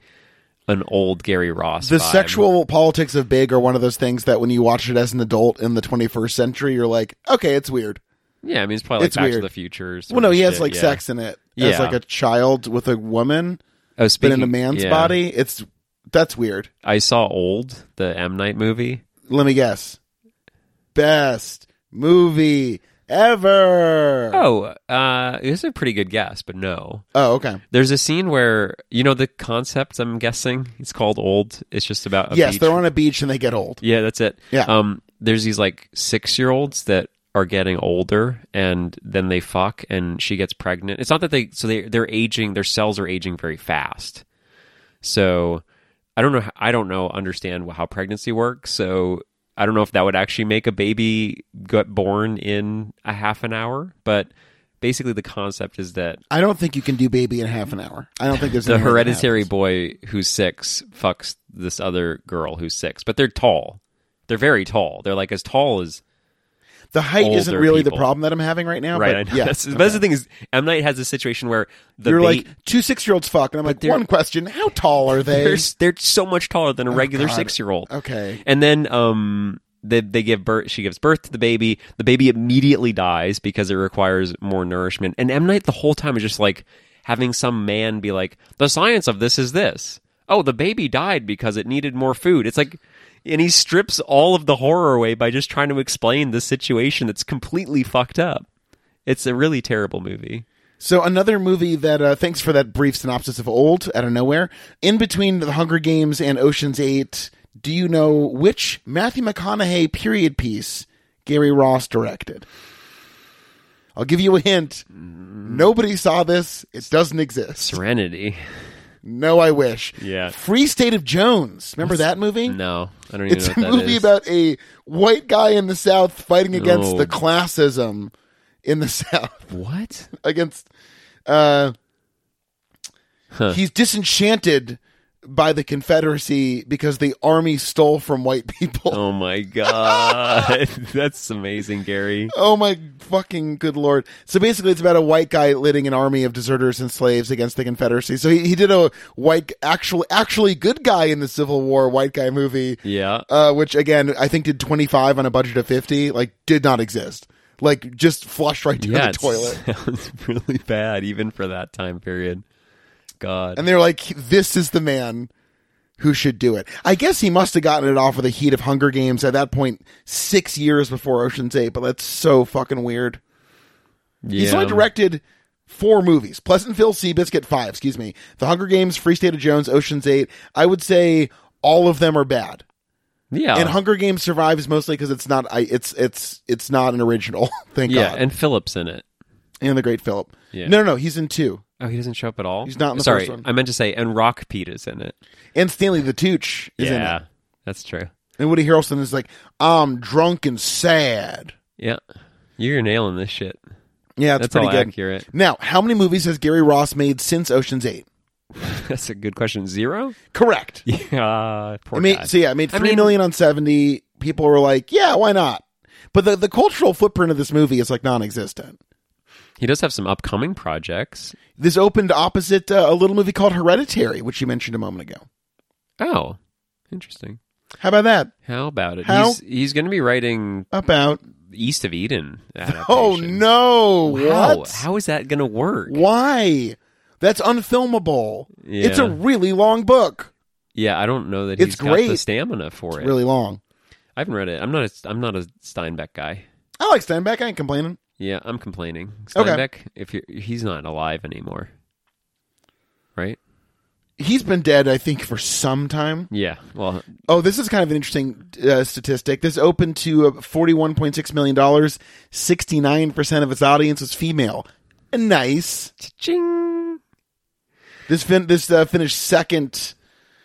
S2: an old Gary Ross.
S1: The
S2: vibe.
S1: sexual politics of Big are one of those things that when you watch it as an adult in the 21st century, you're like, okay, it's weird.
S2: Yeah, I mean it's probably like
S1: It's
S2: Back to
S1: weird.
S2: the Future. sort
S1: Well, no,
S2: of
S1: he has
S2: shit,
S1: like
S2: yeah.
S1: sex in it as
S2: Yeah.
S1: like a child with a woman,
S2: Oh,
S1: but
S2: speaking,
S1: in a man's
S2: yeah.
S1: body. It's that's weird.
S2: I saw Old, the M Night movie.
S1: Let me guess. Best movie ever.
S2: Oh, uh, it was a pretty good guess, but no.
S1: Oh, okay.
S2: There's a scene where you know the concept. I'm guessing it's called Old. It's just about a
S1: yes,
S2: beach
S1: they're on a beach and they get old.
S2: Yeah, that's it.
S1: Yeah.
S2: Um, there's these like six year olds that are getting older and then they fuck and she gets pregnant. It's not that they so they they're aging, their cells are aging very fast. So I don't know h- I don't know understand how pregnancy works. So I don't know if that would actually make a baby get born in a half an hour, but basically the concept is that
S1: I don't think you can do baby in half an hour. I don't think
S2: *laughs*
S1: there's
S2: the
S1: anything that
S2: hereditary
S1: happens.
S2: boy who's six fucks this other girl who's six, but they're tall. They're very tall. They're like as tall as
S1: The height isn't
S2: older
S1: really the
S2: people.
S1: problem that I'm having right now.
S2: right. I
S1: But
S2: know. *laughs*
S1: yeah,
S2: That's, that's the thing is, M Night has a situation where the
S1: you're
S2: bait-
S1: like two six year olds fuck, and I'm like
S2: they're-
S1: one question: How tall
S2: *laughs*
S1: are
S2: they're
S1: they?
S2: s- they're so much taller than a regular
S1: Oh, God.
S2: six year old.
S1: Okay.
S2: And then um they, they give birth she gives birth to the baby. The baby immediately dies because it requires more nourishment. And M Night the whole time is just like having some man be like, The science of this is this. Oh, the baby died because it needed more food. It's like and he strips all of the horror away by just trying to explain the situation that's completely fucked up. It's a really terrible movie.
S1: So another movie that uh, thanks for that brief synopsis of old out of nowhere. In between the Hunger Games and Ocean's Eight, do you know which Matthew McConaughey period piece Gary Ross directed? I'll give you a hint. Nobody saw this. It doesn't exist.
S2: Serenity.
S1: No, I wish.
S2: Yeah.
S1: Free State of Jones. Remember that movie?
S2: No, I don't even
S1: It's
S2: know
S1: a
S2: what that
S1: movie
S2: is.
S1: about a white guy in the South fighting against
S2: No.
S1: the classism in the *laughs* South
S2: what?
S1: against. Uh,
S2: Huh.
S1: He's disenchanted by the Confederacy because the army stole from white people. *laughs* Oh,
S2: Oh my god, *laughs* that's amazing, Gary.
S1: Oh my fucking good lord! So basically, it's about a white guy leading an army of deserters and slaves against the Confederacy. So he, he did a white actual actually good guy in the Civil War white guy movie.
S2: Yeah,
S1: uh, which again I think did 25 on a budget of 50, like did not exist. Like just flushed right down
S2: yeah,
S1: the
S2: it
S1: toilet.
S2: *laughs* sounds really bad, even for that time period. God,
S1: And they're like, this is the man who should do it. I guess he must have gotten it off with the heat of Hunger Games at that point, six years before Ocean's Eight. But that's so fucking weird.
S2: yeah.
S1: He's only directed four movies: Pleasantville, Seabiscuit, five. Excuse me, The Hunger Games, Free State of Jones, Ocean's Eight. I would say all of them are bad.
S2: yeah,
S1: And Hunger Games survives mostly because it's not. I, it's it's it's not an original. *laughs* Thank
S2: yeah,
S1: God.
S2: and Phillips in it.
S1: and the Great Philip.
S2: Yeah.
S1: No, no, no. He's in two.
S2: Oh, he doesn't show up at all.
S1: He's not in the
S2: Sorry,
S1: first one.
S2: I meant to say, and Rock Pete is in it.
S1: And Stanley the Tooch is
S2: yeah,
S1: in it.
S2: that's true.
S1: And Woody Harrelson is like, I'm drunk and sad.
S2: Yeah, you're nailing this shit.
S1: Yeah, it's
S2: That's,
S1: pretty
S2: all
S1: good.
S2: accurate. *laughs*
S1: Now, how many movies has Gary Ross made since Ocean's Eight?
S2: That's a good question.
S1: *laughs*
S2: Zero?
S1: Correct.
S2: *laughs* Yeah, poor
S1: I mean,
S2: guy.
S1: so yeah, I made
S2: I
S1: three million
S2: mean-
S1: on seventy. People were like, "Yeah, why not?" But the the cultural footprint of this movie is like non-existent.
S2: he does have some upcoming projects.
S1: This opened opposite uh, a little movie called Hereditary, which you mentioned a moment ago.
S2: Oh, interesting.
S1: How about that?
S2: How about it?
S1: How-
S2: He's he's going to be writing
S1: About
S2: East of Eden. Adaptation.
S1: *laughs* oh no,
S2: Wow,
S1: what?
S2: How is that going to work?
S1: Why? That's unfilmable.
S2: Yeah.
S1: It's a really long book.
S2: Yeah, I don't know that
S1: It's
S2: he's got
S1: great.
S2: the stamina for it.
S1: Really long. I
S2: I haven't read it. I'm not. A, I'm not a Steinbeck guy.
S1: like Steinbeck. I ain't complaining.
S2: Yeah, I'm complaining.
S1: Okay.
S2: Steinbeck, if you're, he's not alive anymore, right?
S1: He's been dead, I think, for some time.
S2: Yeah. Well,
S1: Oh, this is kind of an interesting uh, statistic. This opened to uh, $41.6 million. 69% of its audience was female. Nice.
S2: ching.
S1: This fin- this uh, finished second.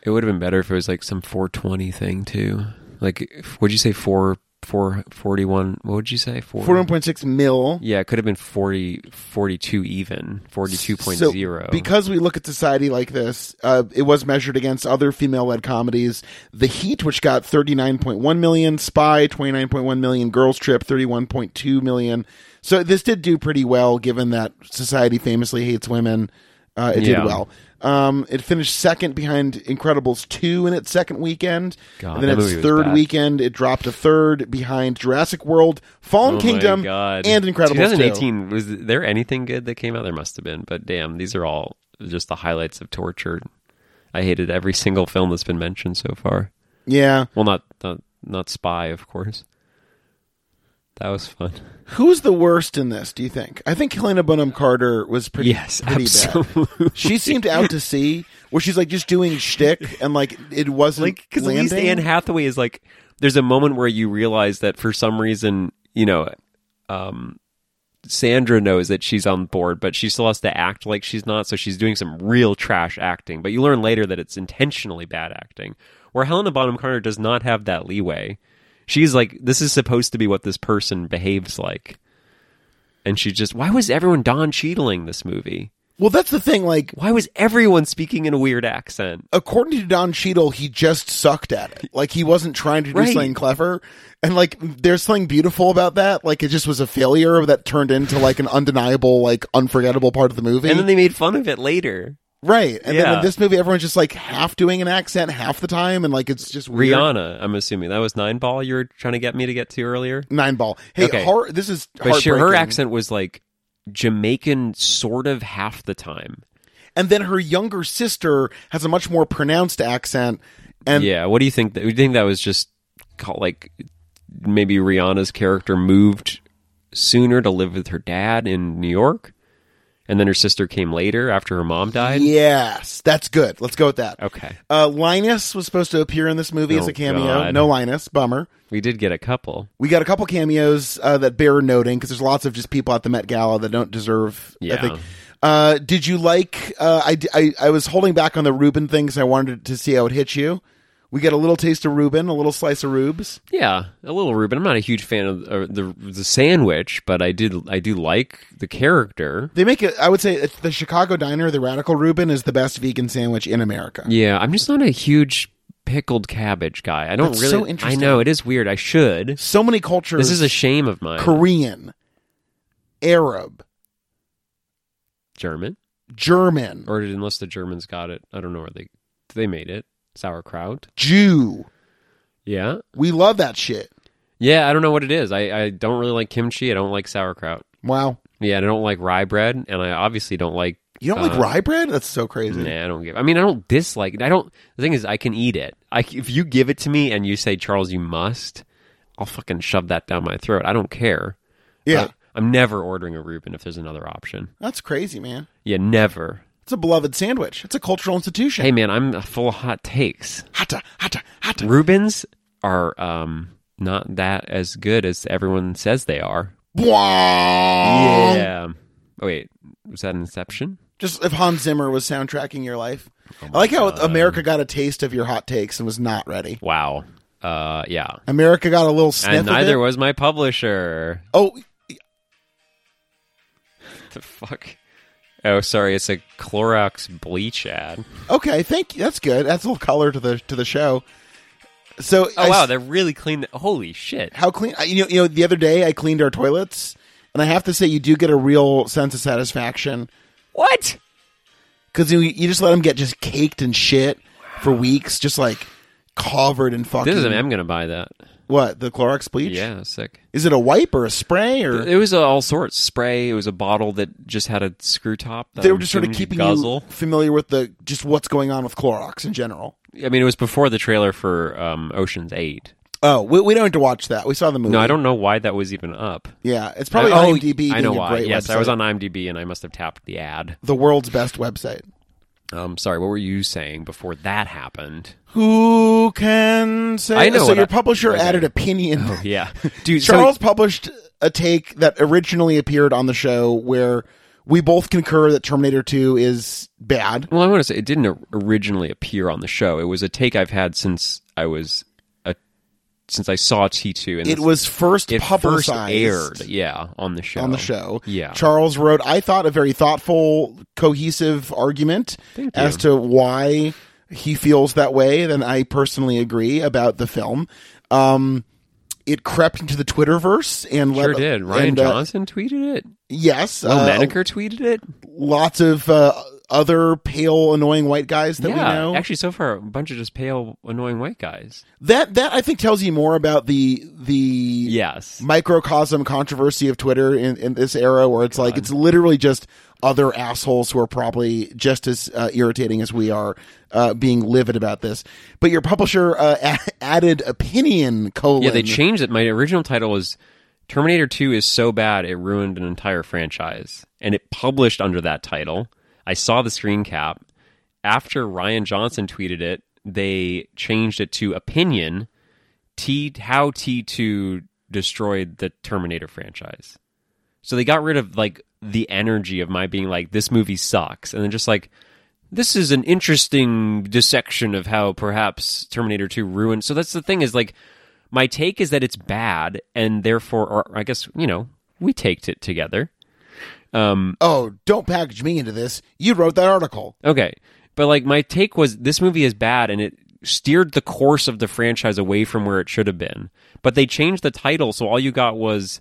S2: It would have been better if it was like some 420 thing too. Like, if- would you say four, four, 41? What would you say? Four.
S1: 41.6 mil.
S2: Yeah, it could have been 40, 42 even, 42.0.
S1: So, because we look at society like this, uh, it was measured against other female-led comedies. The Heat, which got 39.1 million, Spy 29.1 million, Girls Trip 31.2 million. So this did do pretty well, given that society famously hates women. Uh, it
S2: Yeah.
S1: did well. Um, it finished second behind Incredibles two in its second weekend,
S2: God,
S1: and then
S2: that
S1: its
S2: movie was
S1: third
S2: bad.
S1: weekend it dropped to third behind Jurassic World, Fallen
S2: Oh my
S1: Kingdom,
S2: God.
S1: and Incredibles 2.
S2: 2018 was there anything good that came out? There must have been, but damn, these are all just the highlights of torture. I hated every single film that's been mentioned so far.
S1: Yeah,
S2: Well, not not, not Spy, of course. That was fun.
S1: Who's the worst in this? Do you think? I think Helena Bonham Carter was pretty.
S2: Yes,
S1: pretty
S2: absolutely.
S1: Bad. She seemed out to sea, where she's like just doing shtick, and like it wasn't
S2: like because at
S1: landing.
S2: least Anne Hathaway is like there's a moment where you realize that for some reason you know um Sandra knows that she's on board but she still has to act like she's not so she's doing some real trash acting but you learn later that it's intentionally bad acting where Helena Bonham Carter does not have that leeway she's like this is supposed to be what this person behaves like and she just why was everyone Don Cheadling this movie
S1: well, that's the thing. Like
S2: why was everyone speaking in a weird accent
S1: according to Don Cheadle, he just sucked at it. Like he wasn't trying to do
S2: Right.
S1: something clever, and like there's something beautiful about that. Like it just was a failure that turned into like an undeniable, like unforgettable part of the movie.
S2: and then they made fun of it later
S1: right, and then
S2: Yeah.
S1: in this movie, everyone's just like half doing an accent half the time, and like it's just weird.
S2: Rihanna, I'm assuming that was nine ball you were trying to get me to get to earlier.
S1: Nine ball. Hey,
S2: Okay.
S1: hor- this is
S2: But she, her
S1: heartbreaking.
S2: accent was like Jamaican, sort of half the time.
S1: and then her younger sister has a much more pronounced accent and
S2: yeah, what do you think? That, do you think that was just called, like maybe Rihanna's character moved sooner to live with her dad in New York, and then her sister came later after her mom died?
S1: yes that's good let's go with that
S2: Okay,
S1: uh, linus was supposed to appear in this movie as
S2: Oh,
S1: a cameo
S2: God.
S1: no linus bummer
S2: we did get a couple.
S1: we got a couple cameos uh, that bear noting because there's lots of just people at the met gala that don't deserve i
S2: Yeah.
S1: think uh, did you like uh, I, I, I was holding back on the reuben thing because i wanted to see how it hit you we get a little taste of reuben a little slice of rubes
S2: Yeah, a little Ruben. I'm not a huge fan of uh, the the sandwich, but I did I do like the character.
S1: they make it i would say it's the chicago diner the radical reuben is the best vegan sandwich in america
S2: Yeah, I'm just not a huge pickled cabbage guy. I don't
S1: That's
S2: really.
S1: so
S2: I
S1: interesting.
S2: know it is weird. I should.
S1: so many cultures
S2: This is a shame of mine.
S1: Korean, Arab,
S2: German,
S1: German,
S2: or unless the Germans got it, I don't know where they they made it. Sauerkraut.
S1: Jew.
S2: Yeah,
S1: We love that shit.
S2: yeah. I don't know what it is. I I don't really like kimchi. I don't like sauerkraut.
S1: Wow.
S2: Yeah, and I don't like rye bread, and I obviously don't like.
S1: You don't like
S2: Uh,
S1: rye bread? That's so crazy.
S2: Nah, I don't give. I mean, I don't dislike. it. I don't. The thing is, I can eat it. I c if you give it to me and you say Charles, you must. I'll fucking shove that down my throat. I don't care.
S1: Yeah.
S2: I- I'm never ordering a Reuben if there's another option.
S1: That's crazy, man.
S2: Yeah, never.
S1: It's a beloved sandwich. It's a cultural institution.
S2: Hey, man, I'm full of hot takes.
S1: Hata, hata, hata.
S2: Reubens are um, not that as good as everyone says they are.
S1: Bwong.
S2: Yeah. Oh wait, was that Inception?
S1: Just if Hans Zimmer was soundtracking your life.
S2: Oh
S1: I like how America got a taste of your hot takes and was not ready.
S2: Wow. Uh, yeah.
S1: America got a little sniff
S2: And
S1: of
S2: neither
S1: it.
S2: was my publisher.
S1: Oh,
S2: The fuck. Oh, sorry. It's a Clorox bleach ad.
S1: okay. Thank you. That's good. That's a little color to the to the show. So,
S2: Oh
S1: I
S2: wow,
S1: s-
S2: they're really clean. Holy shit.
S1: how clean? I, you know, you know. The other day, I cleaned our toilets, and I have to say, you do get a real sense of satisfaction
S2: What?
S1: because you, you just let them get just caked in shit for weeks, just like covered in fucking.
S2: This is. I'm gonna buy that.
S1: what the Clorox bleach?
S2: Yeah, sick.
S1: Is it a wipe or a spray or?
S2: It was uh, all sorts. Spray. It was a bottle that just had a screw top. that
S1: they were
S2: I'm
S1: just sort of
S2: assuming
S1: keeping
S2: guzzle.
S1: you familiar with the just what's going on with Clorox in general.
S2: I mean, it was before the trailer for um, Ocean's Eight.
S1: Oh, we, we don't need to watch that. We saw the movie.
S2: No, I don't know why that was even up.
S1: Yeah, it's probably
S2: I, oh,
S1: IMDb.
S2: I know
S1: being a
S2: why.
S1: great
S2: Yes, I was
S1: website.
S2: on IMDb and I must have tapped the ad.
S1: the world's best website.
S2: Um, sorry, what were you saying before that happened? *laughs*
S1: Who can say?
S2: I know
S1: So
S2: what
S1: your
S2: I-
S1: publisher
S2: okay.
S1: added opinion. *laughs*
S2: Yeah, dude. so-
S1: Charles published a take that originally appeared on the show where we both concur that Terminator Two is bad.
S2: well, I want to say it didn't o- originally appear on the show. It was a take I've had since I was a since I saw T two, and
S1: It
S2: it's-
S1: was first
S2: it
S1: publicized
S2: first aired. Yeah, on the show.
S1: on the show.
S2: Yeah.
S1: Charles wrote, I thought, a very thoughtful, cohesive argument
S2: Thank you.
S1: as to why he feels that way. Then I personally agree about the film. Um, it crept into the Twitterverse and
S2: Sure
S1: led-
S2: did. Ryan
S1: and, uh,
S2: Johnson tweeted it.
S1: yes,
S2: Bill
S1: uh,
S2: Menaker tweeted it.
S1: lots of uh, other pale, annoying white guys that
S2: yeah,
S1: we know.
S2: actually, so far a bunch of just pale, annoying white guys.
S1: that that I think tells you more about the the
S2: Yes,
S1: microcosm controversy of Twitter in, in this era where it's like it's literally just other assholes who are probably just as uh, irritating as we are uh, being livid about this. But your publisher uh, *laughs* a- added opinion colon.
S2: yeah, they changed it. My original title was Terminator Two is so bad it ruined an entire franchise, and it published under that title. I saw the screen cap after Ryan Johnson tweeted it. They changed it to opinion. T how T two destroyed the Terminator franchise. So they got rid of like the energy of my being like this movie sucks, and then just like this is an interesting dissection of how perhaps Terminator Two ruined. So that's the thing is like my take is that it's bad, and therefore, or I guess you know we taked it together.
S1: oh, don't package me into this. You wrote that article.
S2: Okay. But like my take was this movie is bad and it steered the course of the franchise away from where it should have been. But they changed the title, so all you got was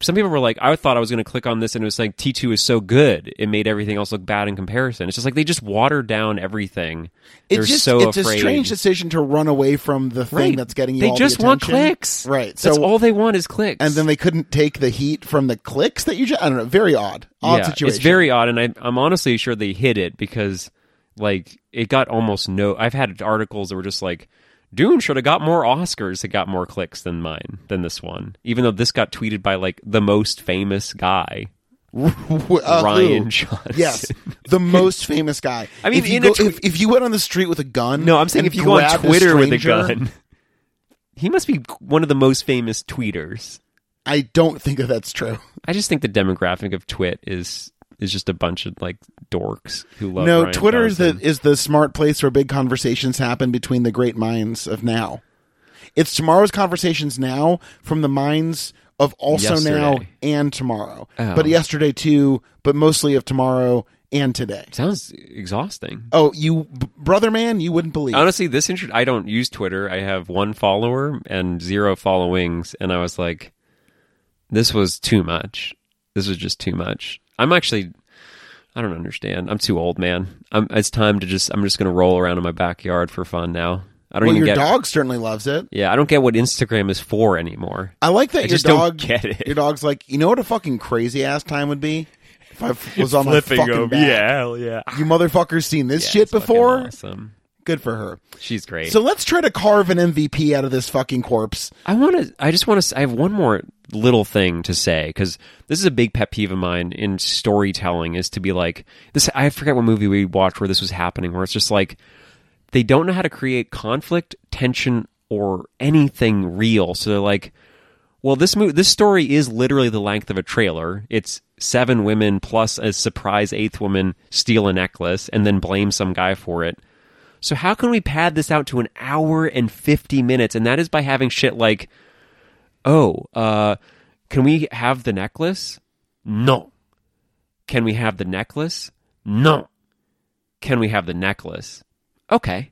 S2: some people were like, I thought I was gonna click on this and it was like T two is so good, it made everything else look bad in comparison. It's just like they just watered down everything. They're
S1: It's just
S2: so
S1: it's
S2: afraid.
S1: a strange decision to run away from the thing
S2: Right.
S1: that's getting you.
S2: They
S1: all the
S2: just want
S1: attention.
S2: clicks.
S1: right?
S2: That's
S1: So
S2: all they want is clicks.
S1: and then they couldn't take the heat from the clicks that you. Just, I don't know. Very odd. Odd situation.
S2: It's very odd, and I, I'm honestly sure they hid it because, like, it got almost no. I've had articles that were just like, Dune should have got more Oscars. It got more clicks than mine than this one, even though this got tweeted by like the most famous guy, *laughs*
S1: Uh, who?
S2: Ryan Johnson.
S1: *laughs* Yes, the most famous guy.
S2: *laughs* I mean,
S1: if you,
S2: in
S1: go,
S2: a tw-
S1: if, if you went on the street with a
S2: *laughs*
S1: gun,
S2: No, I'm saying
S1: and
S2: if you go on
S1: grabbed
S2: Twitter with a
S1: stranger,
S2: gun, *laughs* he must be one of the most famous tweeters.
S1: *laughs* I don't think that that's true.
S2: I just think the demographic of Twit is is just a bunch of like dorks who *laughs* love.
S1: no,
S2: Ryan
S1: Twitter is the
S2: Johnson.
S1: is the smart place where big conversations happen between the great minds of now. It's tomorrow's conversations now from the minds of also now
S2: Yesterday.
S1: and tomorrow,
S2: Oh.
S1: but yesterday too, but mostly of tomorrow and today.
S2: sounds exhausting.
S1: Oh, you b- brother man, you wouldn't believe.
S2: Honestly, this intro, I don't use Twitter. I have one follower and zero followings, and I was like, this was too much. This was just too much. I'm actually, I don't understand. I'm too old, man. I'm, it's time to just. I'm just gonna roll around in my backyard for fun now. I don't
S1: well,
S2: even
S1: your
S2: get.
S1: dog certainly loves it.
S2: Yeah, I don't get what Instagram is for anymore.
S1: I like that your
S2: just don't
S1: dog
S2: get it.
S1: Your dog's like, you know what a fucking crazy ass time would be if
S2: *laughs*
S1: I f- was on my fucking back.
S2: hell yeah.
S1: You motherfuckers seen this shit
S2: It's fucking
S1: before?
S2: awesome.
S1: Good for her.
S2: She's great.
S1: So let's try to carve an MVP out of this fucking corpse.
S2: I want to. I just want to. I have one more little thing to say because this is a big pet peeve of mine in storytelling is to be like this. I forget what movie we watched where this was happening, where it's just like they don't know how to create conflict, tension, or anything real. So they're like, Well, this movie, this story is literally the length of a trailer. It's seven women plus a surprise eighth woman steal a necklace and then blame some guy for it. So how can we pad this out to an hour and fifty minutes? And that is by having shit like, oh, uh, can we have the necklace? No. Can we have the necklace? No. Can we have the necklace? Okay.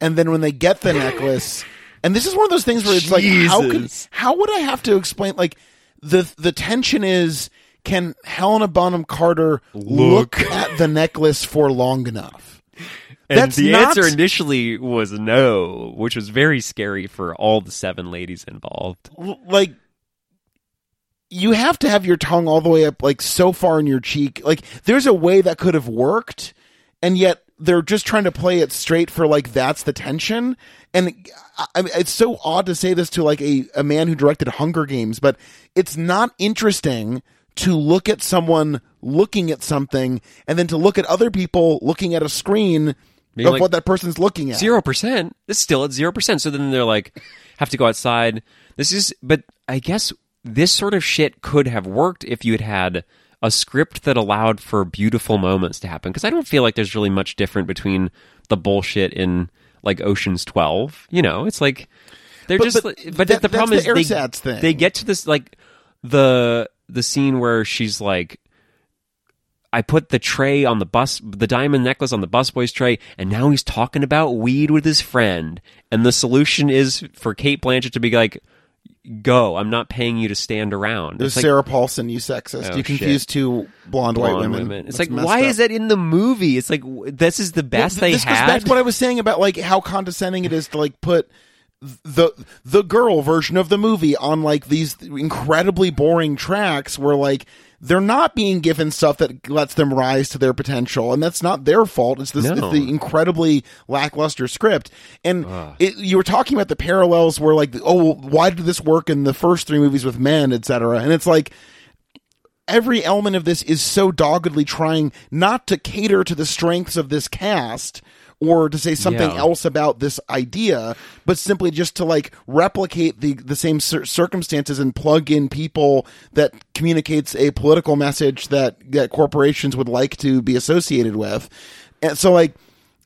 S1: and then when they get the necklace, and this is one of those things where it's like, how could,
S2: Jesus.
S1: how would I have to explain? Like the the tension is, can Helena Bonham Carter look, at the necklace for long enough?
S2: And
S1: That's
S2: the
S1: not-
S2: answer initially was no, which was very scary for all the seven ladies involved.
S1: L- Like. You have to have your tongue all the way up, like so far in your cheek. Like, there's a way that could have worked, and yet they're just trying to play it straight for like that's the tension. And I, I, it's so odd to say this to like a, a man who directed Hunger Games, but it's not interesting to look at someone looking at something and then to look at other people looking at a screen
S2: Being
S1: of
S2: like,
S1: what that person's looking at.
S2: Zero percent. It's still at zero percent. So then they're like, have to go outside. This is, but I guess this sort of shit could have worked if you had had a script that allowed for beautiful moments to happen. Because I don't feel like there's really much different between the bullshit in like Ocean's Twelve. You know, it's like they're
S1: But-
S2: just.
S1: but
S2: But, but
S1: that-
S2: the problem
S1: that's the
S2: is they,
S1: ersatz thing.
S2: they get to this like the the scene where she's like I put the tray on the bus, the diamond necklace on the busboy's tray, and now he's talking about weed with his friend. And the solution is for Kate Blanchett to be like, "Go, I'm not paying you to stand around."
S1: There's
S2: It's like
S1: Sarah Paulson, you sexist.
S2: Oh,
S1: you confused two blonde,
S2: blonde
S1: white women.
S2: It's like,
S1: That's messed
S2: why
S1: up.
S2: is that in the movie? It's like w- this is the best
S1: Well, th-
S2: they
S1: this goes back
S2: had.
S1: to what I was saying about like how condescending it is to like put th- the the girl version of the movie on like these incredibly boring tracks where like they're not being given stuff that lets them rise to their potential and that's not their fault it's this
S2: No.
S1: it's the incredibly lackluster script and it, you were talking about the parallels where like oh well, why did this work in the first three movies with men etc and it's like every element of this is so doggedly trying not to cater to the strengths of this cast or to say something
S2: Yeah.
S1: else about this idea but simply just to like replicate the the same cir- circumstances and plug in people that communicates a political message that that corporations would like to be associated with and so like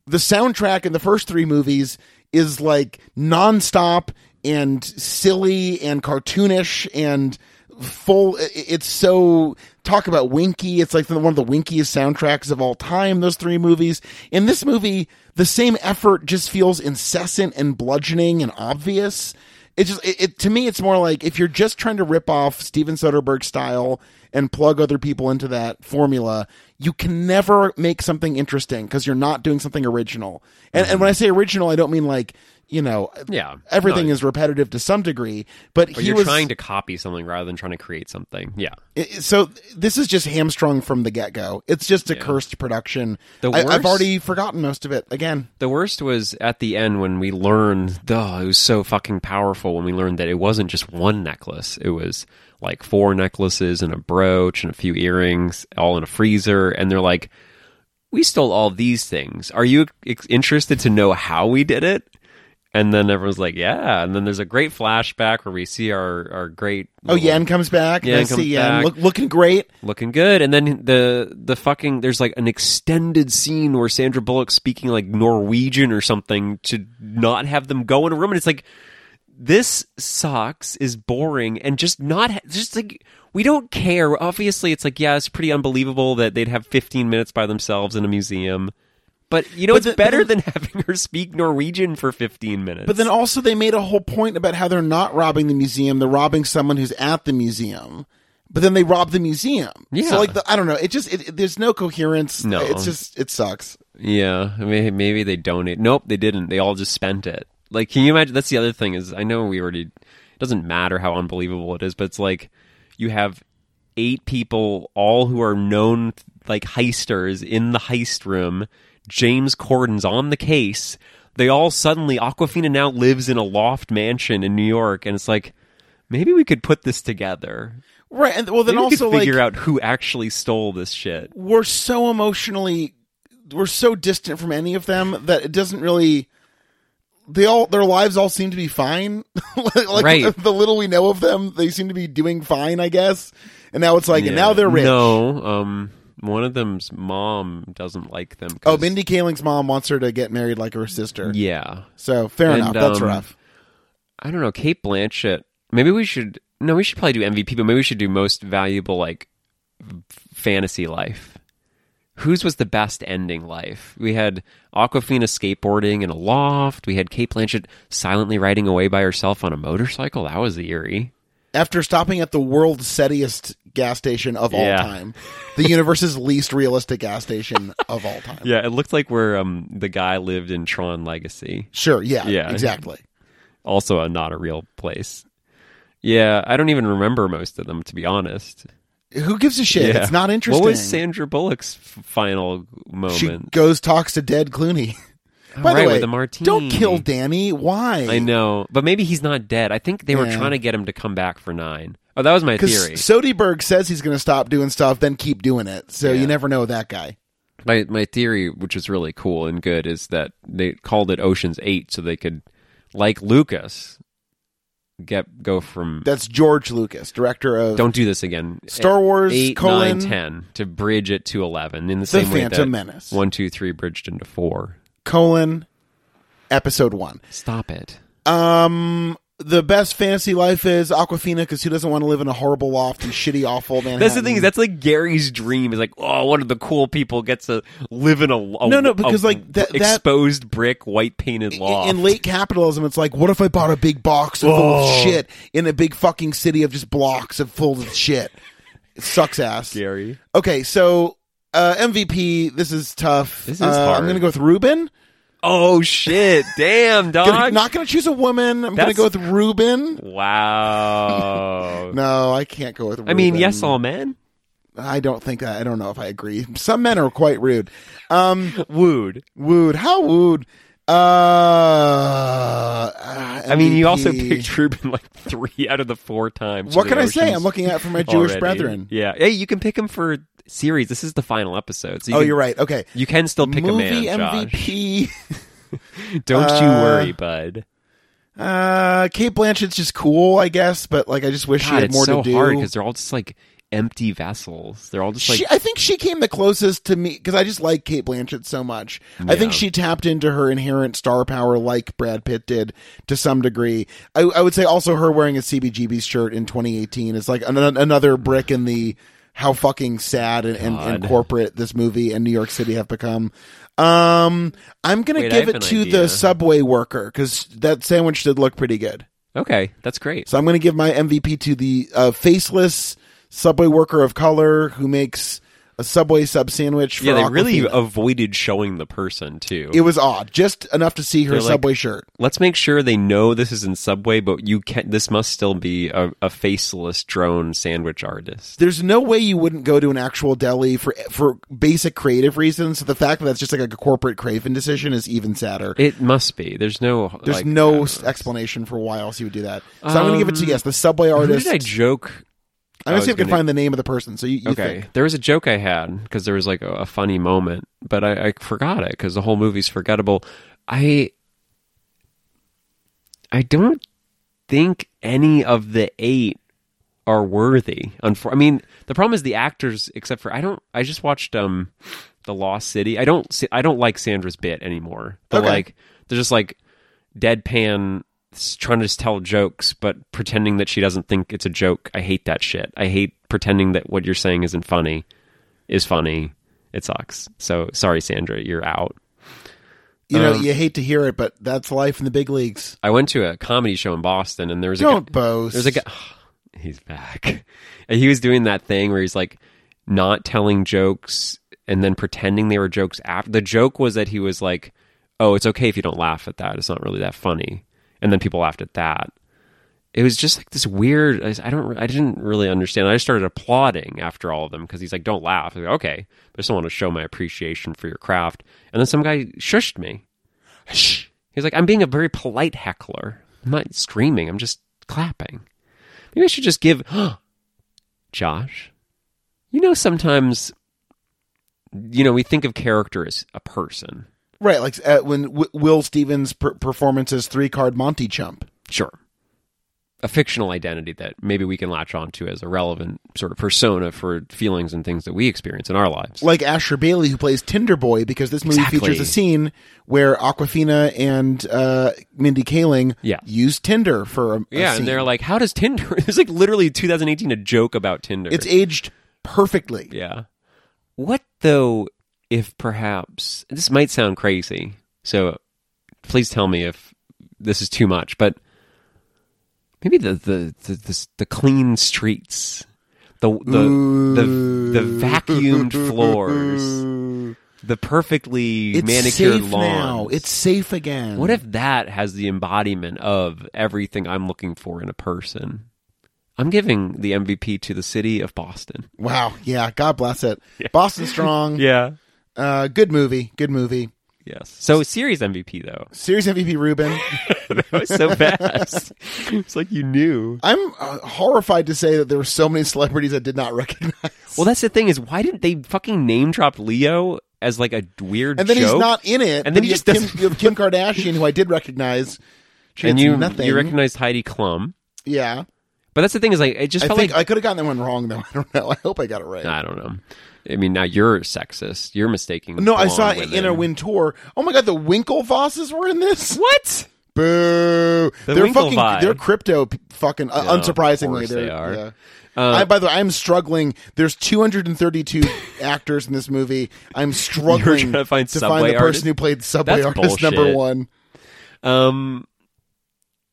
S1: the soundtrack in the first three movies is like nonstop and silly and cartoonish and full. i- i- It's so talk about Winky. It's like the, one of the winkiest soundtracks of all time. Those three movies. In this movie, the same effort just feels incessant and bludgeoning and obvious. It just it, it to me, it's more like if you're just trying to rip off Steven Soderbergh style and plug other people into that formula, you can never make something interesting because you're not doing something original. And, and when I say original, I don't mean like you know,
S2: Yeah.
S1: everything
S2: No.
S1: is repetitive to some degree. But
S2: But
S1: he
S2: you're
S1: was
S2: trying to copy something rather than trying to create something. Yeah,
S1: it- so this is just hamstrung from the get go. It's just a cursed production.
S2: The
S1: I, I've
S2: worst-
S1: already forgotten most of it. Again,
S2: The worst was at the end when we learned, duh, it was so fucking powerful when we learned that it wasn't just one necklace. It was like four necklaces and a brooch and a few earrings, all in a freezer. And they're like, we stole all these things. Are you ex- interested to know how we did it? And then everyone's like, yeah. And then there's a great flashback where we see our, our great.
S1: oh Yan comes back. and
S2: Yan
S1: I see
S2: comes
S1: Yan
S2: back.
S1: look, looking great.
S2: looking good and then the the fucking there's like an extended scene where Sandra Bullock speaking like Norwegian or something to not have them go in a room and it's like this sucks is boring and just not ha- just like we don't care obviously it's like yeah it's pretty unbelievable that they'd have 15 minutes by themselves in a museum but you know
S1: But
S2: it's
S1: the- but
S2: better
S1: then-
S2: than *laughs* having her speak Norwegian for 15 minutes
S1: But then also they made a whole point about how they're not robbing the museum; they're robbing someone who's at the museum. But then they rob the museum.
S2: Yeah.
S1: So like the, I don't know. It just it, it- there's no coherence.
S2: No.
S1: It's just it sucks.
S2: Yeah, I mean, maybe they donate. Nope, they didn't. They all just spent it. Like, can you imagine? That's the other thing is, I know we already. It doesn't matter how unbelievable it is, but it's like you have eight people, all who are known like heisters in the heist room. James Corden's on the case. They all suddenly Aquafina now lives in a loft mansion in New York, and it's like maybe we could put this together.
S1: Right. And well, then
S2: Maybe
S1: also
S2: we could
S1: like
S2: figure out who actually stole this shit.
S1: we're so emotionally we're so distant from any of them that it doesn't really they all their lives all seem to be fine. *laughs* like, like,
S2: Right.
S1: *laughs* the little we know of them, they seem to be doing fine, I guess. And now it's like, and
S2: Yeah.
S1: now they're rich.
S2: No, um, one of them's mom doesn't like them. 'cause-
S1: Oh, Mindy Kaling's mom wants her to get married like her sister.
S2: Yeah,
S1: So fair
S2: And,
S1: enough. That's
S2: um,
S1: rough.
S2: I don't know. Kate Blanchett. Maybe we should. No, we should probably do MVP, but maybe we should do most valuable like f- fantasy life. Whose was the best ending life? We had Aquafina skateboarding in a loft. We had Kate Blanchett silently riding away by herself on a motorcycle. That was eerie.
S1: After stopping at the world's settiest gas station of all
S2: Yeah.
S1: time,
S2: *laughs*
S1: the universe's least realistic gas station of all time.
S2: Yeah, it looked like where um, the guy lived in Tron Legacy.
S1: Sure. Yeah.
S2: Yeah.
S1: Exactly.
S2: also a not a real place. Yeah, I don't even remember most of them to be honest.
S1: Who gives a shit?
S2: Yeah.
S1: It's not interesting.
S2: What was Sandra Bullock's f- final
S1: she
S2: moment?
S1: goes talks to dead Clooney.
S2: *laughs*
S1: By
S2: right,
S1: the way,
S2: with the martini.
S1: don't kill Danny. Why?
S2: I know, but maybe he's not dead. I think they were
S1: Yeah.
S2: trying to get him to come back for nine. Oh, that was my
S1: Because
S2: theory.
S1: Soderbergh says he's going to stop doing stuff, then keep doing it. So
S2: Yeah.
S1: you never know with that guy.
S2: my my theory, which is really cool and good, is that they called it Ocean's Eight so they could, like Lucas, get go from
S1: That's George Lucas, director of
S2: don't do this again.
S1: Star Wars
S2: eight,
S1: colon
S2: nine, ten to bridge it to eleven in the,
S1: The
S2: same way
S1: Phantom
S2: that
S1: Menace.
S2: one, two, three bridged into four.
S1: colon episode one.
S2: Stop it.
S1: Um, the best fantasy life is Aquafina because who doesn't want to live in a horrible loft and shitty, awful Manhattan?
S2: That's the thing. is That's like Gary's dream. Is like, oh, one of the cool people gets to live in a, a-
S1: No, no,
S2: a
S1: because, like, that- that-
S2: exposed brick, white painted loft.
S1: in, in late capitalism, it's like, what if I bought a big box full of shit in a big fucking city of just blocks of full of shit? It sucks ass.
S2: Gary,
S1: Okay, so uh, MVP. This is tough.
S2: This is
S1: Uh,
S2: hard.
S1: I'm gonna go with Ruben.
S2: oh
S1: *laughs*
S2: shit, damn dog,
S1: Gonna- not gonna choose a woman. I'm
S2: Uh, That's-
S1: gonna go with Ruben. *laughs*
S2: wow.
S1: No, I can't go with. Ruben.
S2: I mean, yes, all men
S1: I don't think I, I don't know if I agree. Some men are quite rude. Um,
S2: wooed.
S1: wooed. How wooed? Uh,
S2: I mean, you also
S1: picked.
S2: picked Ruben like three out of the four times.
S1: What
S2: for the
S1: can I say?
S2: Oceans
S1: I'm looking at for my Jewish
S2: already.
S1: brethren.
S2: Yeah, hey, you can pick him for series. This is the final episode, so you
S1: Oh,
S2: can,
S1: you're right. Okay.
S2: You can still pick
S1: Movie
S2: a man, Josh.
S1: MVP.
S2: Don't you
S1: Uh,
S2: worry, bud.
S1: Uh, Kate Blanchett's just cool, I guess, but like, I just wish she
S2: God,
S1: had
S2: it's
S1: more
S2: so
S1: to do.
S2: hard because they're all just like empty vessels. They're all just like
S1: she, I think she came the closest to me because I just like Kate Blanchett so much. I think
S2: Yeah.
S1: she tapped into her inherent star power, like Brad Pitt did to some degree. I, I would say also her wearing a CBGB's shirt in 2018 is like an, another brick in the how fucking sad and, and, and
S2: God.
S1: corporate this movie and New York City have become. Um, I'm gonna
S2: Wait, I
S1: give
S2: have
S1: it
S2: an
S1: to the
S2: idea.
S1: subway worker because that sandwich did look pretty good.
S2: okay, that's great.
S1: So I'm going to give my MVP to the uh, faceless subway worker of color who makes a subway sub sandwich. For
S2: yeah, they really
S1: Aquafina.
S2: avoided showing the person too.
S1: it was odd, just enough to see her
S2: They're like-
S1: subway shirt.
S2: Let's make sure they know this is in Subway, but you can. This must still be a, a faceless drone sandwich artist.
S1: There's no way you wouldn't go to an actual deli for for basic creative reasons. So the fact that that's just like a corporate craven decision is even sadder.
S2: It must be. There's no.
S1: There's
S2: like, I
S1: no
S2: don't
S1: s-
S2: know.
S1: explanation for why else you would do that. So I'm going to give it to
S2: Um,
S1: yes, the subway
S2: Who
S1: artist.
S2: did I joke?
S1: I'm
S2: I
S1: going to see
S2: was
S1: if I can
S2: gonna-
S1: find the name of the person. So you, you
S2: okay,
S1: think.
S2: there was a joke I had because there was like a, a funny moment, but I, I forgot it because the whole movie's forgettable. I I don't think any of the eight are worthy. Unfor- I mean, the problem is the actors, except for I don't. I just watched um, the Lost City. I don't. see- I don't like Sandra's bit anymore. But
S1: Okay.
S2: like, they're just like deadpan s- trying to just tell jokes but pretending that she doesn't think it's a joke i hate that shit i hate pretending that what you're saying isn't funny is funny it sucks so sorry sandra you're out
S1: You know,
S2: Um,
S1: you hate to hear it, but that's life in the big leagues.
S2: i went to a comedy show in boston and there was a guy,
S1: Don't boast.
S2: there's a *sighs* guy he's back and he was doing that thing where he's like not telling jokes and then pretending they were jokes after the joke was that he was like oh it's okay if you don't laugh at that it's not really that funny and then people laughed at that it was just like this weird I I don't I didn't really understand. I just started applauding after all of them because he's like don't laugh. I was like, okay, but I just want to show my appreciation for your craft. And then some guy shushed me. Shh. He's like I'm being a very polite heckler. I'm not screaming. I'm just clapping. Maybe I should just give *gasps* Josh. You know sometimes you know we think of character as a person.
S1: Right, like uh, when w- Will Stevens' per- performance as three card Monty Chump.
S2: Sure. A fictional identity that maybe we can latch onto as a relevant sort of persona for feelings and things that we experience in our lives.
S1: Like Asher Bailey, who plays Tinder Boy, because this movie
S2: Exactly.
S1: features a scene where Aquafina and uh, Mindy Kaling
S2: Yeah.
S1: use Tinder for a, a
S2: yeah,
S1: scene.
S2: and they're like, how does Tinder? *laughs* It's like literally 2018 a joke about Tinder.
S1: it's aged perfectly.
S2: Yeah. What though if perhaps this might sound crazy. So please tell me if this is too much, but maybe the the the the, the clean streets, the the, the the
S1: *laughs*
S2: vacuumed floors, the perfectly
S1: Mm. It's
S2: manicured
S1: safe now.
S2: lawns.
S1: It's safe again.
S2: what if that has the embodiment of everything I'm looking for in a person? I'm giving the MVP to the city of Boston.
S1: Wow. Yeah. God
S2: *laughs*
S1: bless it. Boston Strong.
S2: Yeah.
S1: Uh, good movie. Good movie.
S2: Yes. So series MVP though. *laughs*
S1: Series MVP Ruben.
S2: that was so
S1: *laughs*
S2: fast. it's like you knew.
S1: I'm uh, horrified to say that there were so many celebrities I did not recognize.
S2: *laughs* Well, that's the thing is why didn't they fucking name drop Leo as like a weird
S1: and then
S2: joke?
S1: he's not in it.
S2: And then he
S1: you
S2: just
S1: have
S2: doesn't-
S1: Kim, you have Kim Kardashian, who I did recognize. She
S2: and
S1: had
S2: you
S1: nothing.
S2: you recognized Heidi Klum.
S1: yeah,
S2: But that's the thing is like it just
S1: I
S2: felt
S1: think
S2: like
S1: I could have gotten that one wrong though. *laughs* I don't know. I hope I got it right.
S2: I don't know. I mean, now you're sexist. You're mistaking.
S1: no, I
S2: blonde
S1: saw it
S2: women.
S1: in a Wintour. Oh my god, the Winklevosses were in this.
S2: What?
S1: *laughs* Boo!
S2: The
S1: they're
S2: Winklevi.
S1: fucking. They're crypto. p- Fucking. Uh,
S2: Yeah, of
S1: unsurprisingly,
S2: course
S1: they're,
S2: they are.
S1: yeah.
S2: Uh,
S1: I, by the way, I'm struggling. There's
S2: *laughs*
S1: 232 actors in this movie. I'm struggling
S2: You're trying to find Subway
S1: the
S2: artist?
S1: person who played Subway
S2: That's
S1: Artist number
S2: bullshit.
S1: one.
S2: Um,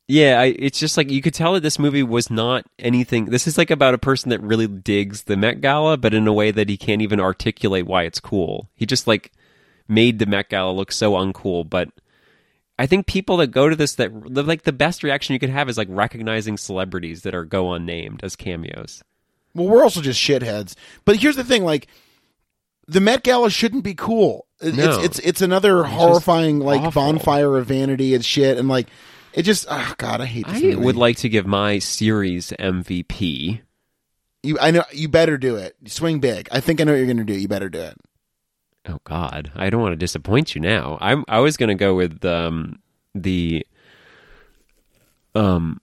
S2: yeah, I, it's just like you could tell that this movie was not anything. This is like about a person that really digs the Met Gala, but in a way that he can't even articulate why it's cool. He just like made the Met Gala look so uncool. But I think people that go to this that the- like the best reaction you could have is like recognizing celebrities that are go unnamed as cameos.
S1: Well, we're also just shitheads. But here's the thing: like, the Met Gala shouldn't be cool. It-
S2: No.
S1: It's it's it's another horrifying like
S2: awful.
S1: bonfire of vanity and shit. And like, it just oh god, I hate. This
S2: I
S1: movie.
S2: would like to give my series MVP.
S1: you. I know you better do it. Swing big. I think I know what you're gonna do. You better do it.
S2: Oh God, I don't want to disappoint you now. I'm I was gonna go with um the um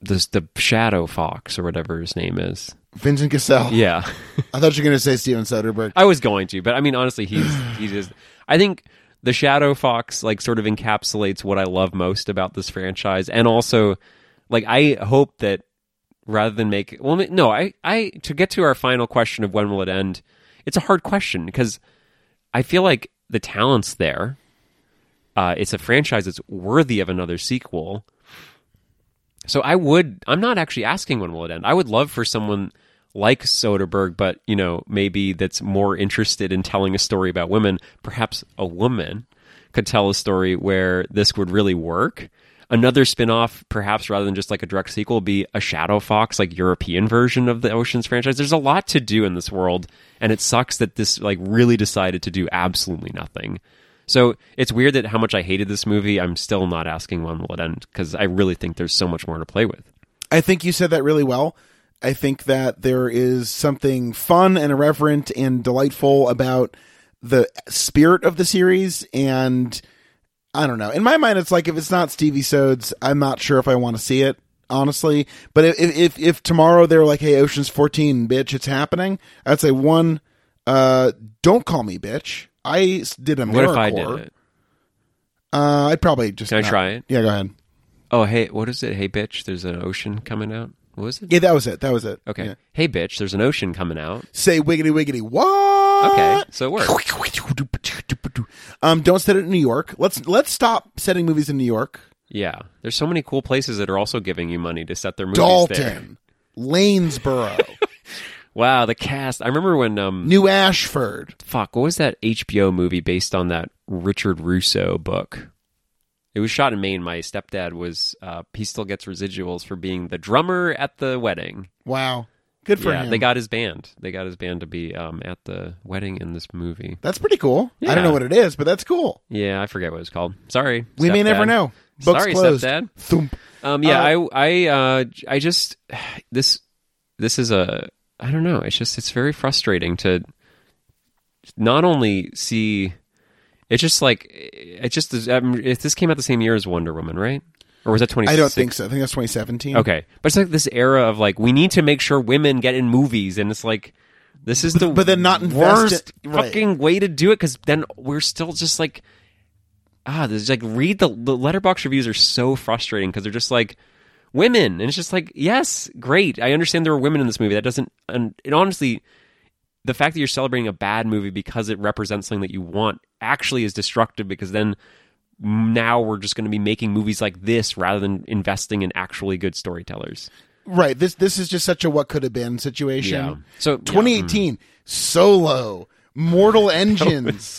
S2: the the shadow fox or whatever his name is.
S1: Vincent Cassell.
S2: Yeah,
S1: I thought you were gonna say Steven Soderbergh.
S2: *laughs* I was going to, but I mean honestly, he's he just. I think the shadow fox like sort of encapsulates what I love most about this franchise, and also like I hope that rather than make well no I I to get to our final question of when will it end, it's a hard question because I feel like the talent's there. Uh, it's a franchise that's worthy of another sequel. So I would. I'm not actually asking when will it end. I would love for someone like Soderbergh, but you know, maybe that's more interested in telling a story about women. Perhaps a woman could tell a story where this would really work. Another spin-off, perhaps rather than just like a direct sequel, would be a Shadow Fox, like European version of the Oceans franchise. There's a lot to do in this world, and it sucks that this like really decided to do absolutely nothing. So it's weird that how much I hated this movie. I'm still not asking when will it end because I really think there's so much more to play with.
S1: I think you said that really well. I think that there is something fun and irreverent and delightful about the spirit of the series and I don't know. In my mind it's like if it's not Stevie Sodes, I'm not sure if I want to see it, honestly. But if if if tomorrow they were like, "Hey, Ocean's 14, bitch, it's happening." I'd say one uh don't call me bitch. I s- did a
S2: What
S1: miracle.
S2: if I did it?
S1: Uh I'd probably just
S2: Can I
S1: not-
S2: try it?
S1: Yeah, go ahead.
S2: Oh, hey, what is it? Hey, bitch, there's an ocean coming out. What was it?
S1: Yeah, that was it. That was it.
S2: Okay.
S1: Yeah.
S2: Hey, bitch, there's an ocean coming out.
S1: Say wiggity wiggity what?
S2: Okay, so it worked.
S1: *laughs* Um, don't set it in New York. Let's let's stop setting movies in New York.
S2: Yeah. There's so many cool places that are also giving you money to set their movies there.
S1: Dalton,
S2: *laughs*
S1: Lanesboro,
S2: Wow, the cast. I remember when um
S1: New Ashford.
S2: fuck, what was that HBO movie based on that Richard Russo book? It was shot in Maine. My stepdad was uh he still gets residuals for being the drummer at the wedding.
S1: Wow, good for
S2: yeah,
S1: him.
S2: they got his band. They got his band to be um, at the wedding in this movie.
S1: that's pretty cool. I
S2: Yeah.
S1: don't know what it is, but that's cool.
S2: Yeah, I forget what it's called. Sorry,
S1: We may
S2: stepdad.
S1: never know. Books
S2: Sorry,
S1: closed.
S2: stepdad.
S1: Thump.
S2: Um, yeah, I, I, uh, j- I just *sighs* this, this is a, I don't know. It's just it's very frustrating to not only see It's just like it just is. Um, if this came out the same year as Wonder Woman, right? Or was that twenty?
S1: I don't think so. I think that's 2017.
S2: Okay, but it's like this era of like we need to make sure women get in movies, and it's like this is the
S1: but then not invest
S2: worst
S1: it- right.
S2: fucking way to do it because then we're still just like ah, there's like read the the letterbox reviews are so frustrating because they're just like women, and it's just like yes, great, I understand there were women in this movie. That doesn't and it honestly. The fact that you're celebrating a bad movie because it represents something that you want actually is destructive because then now we're just going to be making movies like this rather than investing in actually good storytellers.
S1: Right. This this is just such a what could have been situation.
S2: Yeah. So, yeah,
S1: 2018 Solo, Mortal Engines,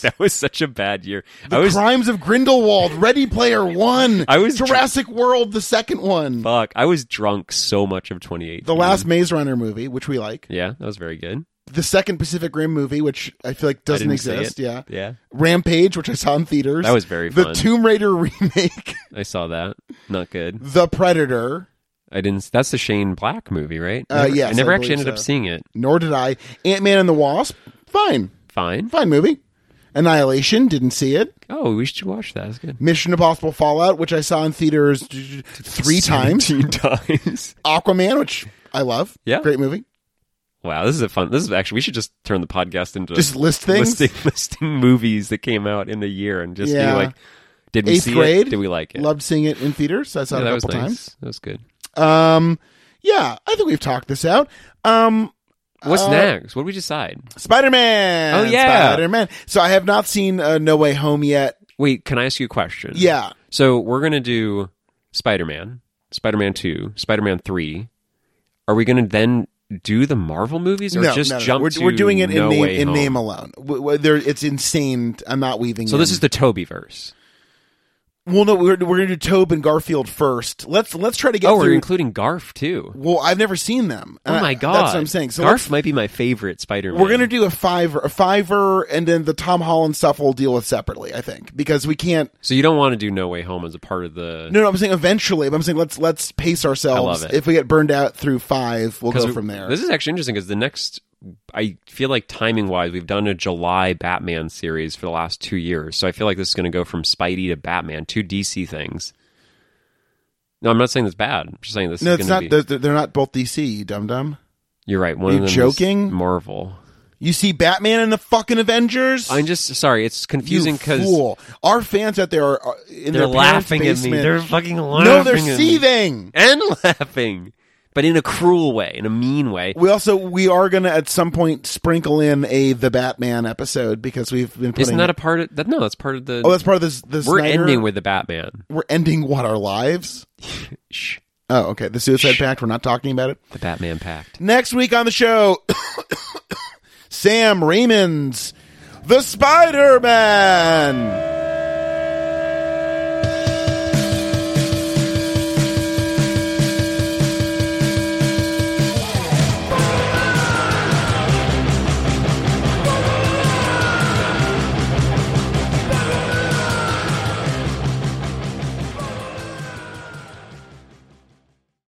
S2: *laughs* *laughs* That was such a bad year.
S1: The
S2: I was
S1: Crimes of Grindelwald, Ready Player 1,
S2: I was dr-
S1: Jurassic World the second one.
S2: fuck. I was drunk so much of 28.
S1: the last Maze Runner movie, which we like.
S2: Mm-hmm. Yeah, that was very good.
S1: The second Pacific Rim movie, which I feel like doesn't
S2: didn't see
S1: exist.
S2: it.
S1: Yeah.
S2: Yeah.
S1: Rampage, which I saw in theaters.
S2: That was very
S1: The
S2: fun.
S1: Tomb Raider *laughs* remake,
S2: I saw that. Not good.
S1: The Predator.
S2: I didn't. That's the Shane Black movie, right?
S1: Uh,
S2: Never-
S1: yes,
S2: I never
S1: I
S2: actually
S1: believe
S2: ended up
S1: so.
S2: seeing it.
S1: Nor did I. Ant Man and the Wasp. Fine,
S2: Fine.
S1: fine movie. Annihilation. Didn't see it.
S2: Oh, we should watch that. That's good.
S1: Mission Impossible Fallout, which I saw in theaters d- d-
S2: *laughs*
S1: three times.
S2: 17 times.
S1: Aquaman, which I love.
S2: Yeah.
S1: Great movie.
S2: Wow, this is a fun. This is actually. We should just turn the podcast into
S1: Just list things.
S2: listing, *laughs* listing movies that came out in the year and just
S1: Yeah.
S2: be like, did we
S1: Eighth
S2: see
S1: grade.
S2: it? Did we like it?
S1: Loved seeing it in theaters. I saw
S2: yeah,
S1: it
S2: that
S1: a
S2: was
S1: couple
S2: nice.
S1: times.
S2: That was good.
S1: Um, yeah, I think we've talked this out. Um,
S2: What's
S1: Uh,
S2: next? What did we decide?
S1: Spider Man.
S2: Oh, yeah.
S1: Spider Man. So I have not seen uh, No Way Home yet.
S2: Wait, can I ask you a question?
S1: Yeah,
S2: So we're gonna do Spider Man, Spider Man Two, Spider Man Three. Are we gonna then do the Marvel movies or
S1: no,
S2: just
S1: no, no.
S2: jump?
S1: We're,
S2: to
S1: we're doing it in
S2: No
S1: name
S2: Way
S1: in
S2: Home?
S1: name alone. W- w- there, it's insane. I'm not weaving.
S2: So this
S1: in.
S2: is the Toby verse.
S1: well, no, we're we're gonna do Tobe and Garfield first. Let's let's try to get
S2: Oh, we're
S1: through.
S2: including Garf too.
S1: Well, I've never seen them. And
S2: Oh
S1: I-
S2: my god,
S1: that's what I'm saying. So let's-
S2: Garf might be my favorite Spider Man.
S1: we're gonna do a fiver, a fiver, and then the Tom Holland stuff we'll deal with separately. I think because we can't.
S2: So you don't want to do No Way Home as a part of the
S1: No, no, I'm saying eventually, but I'm saying let's let's pace ourselves.
S2: I love it.
S1: If we get burned out through five, we'll
S2: 'Cause
S1: go
S2: we-
S1: from there.
S2: This is actually interesting because the next, I feel like timing wise, we've done a July Batman series for the last two years. So I feel like this is going to go from Spidey to Batman, two DC things. No, I'm not saying that's bad. I'm just saying this
S1: no,
S2: is
S1: it's
S2: going
S1: not.
S2: to be.
S1: They're, they're not both DC. You dum dum.
S2: You're right. One
S1: you
S2: of them is
S1: joking?
S2: Marvel.
S1: You see Batman and the fucking Avengers.
S2: I'm just sorry. It's
S1: You
S2: confusing because
S1: fool. Our fans out there are, are in
S2: they're
S1: their parents'
S2: laughing at me.
S1: basement.
S2: They're fucking laughing.
S1: no, they're
S2: at me.
S1: seething.
S2: and *laughs* laughing, but in a cruel way, in a mean way.
S1: We also we are gonna at some point sprinkle in a the Batman episode because we've been putting.
S2: Isn't that a part of that? No, that's part of the.
S1: oh, that's part of this. this
S2: we're
S1: Snyder-
S2: ending with the Batman.
S1: we're ending what our lives.
S2: Shh,
S1: Oh, okay. The Suicide Pact. We're not talking about it.
S2: the Batman Pact.
S1: Next week on the show, *coughs* Sam Raymond's The Spider Man.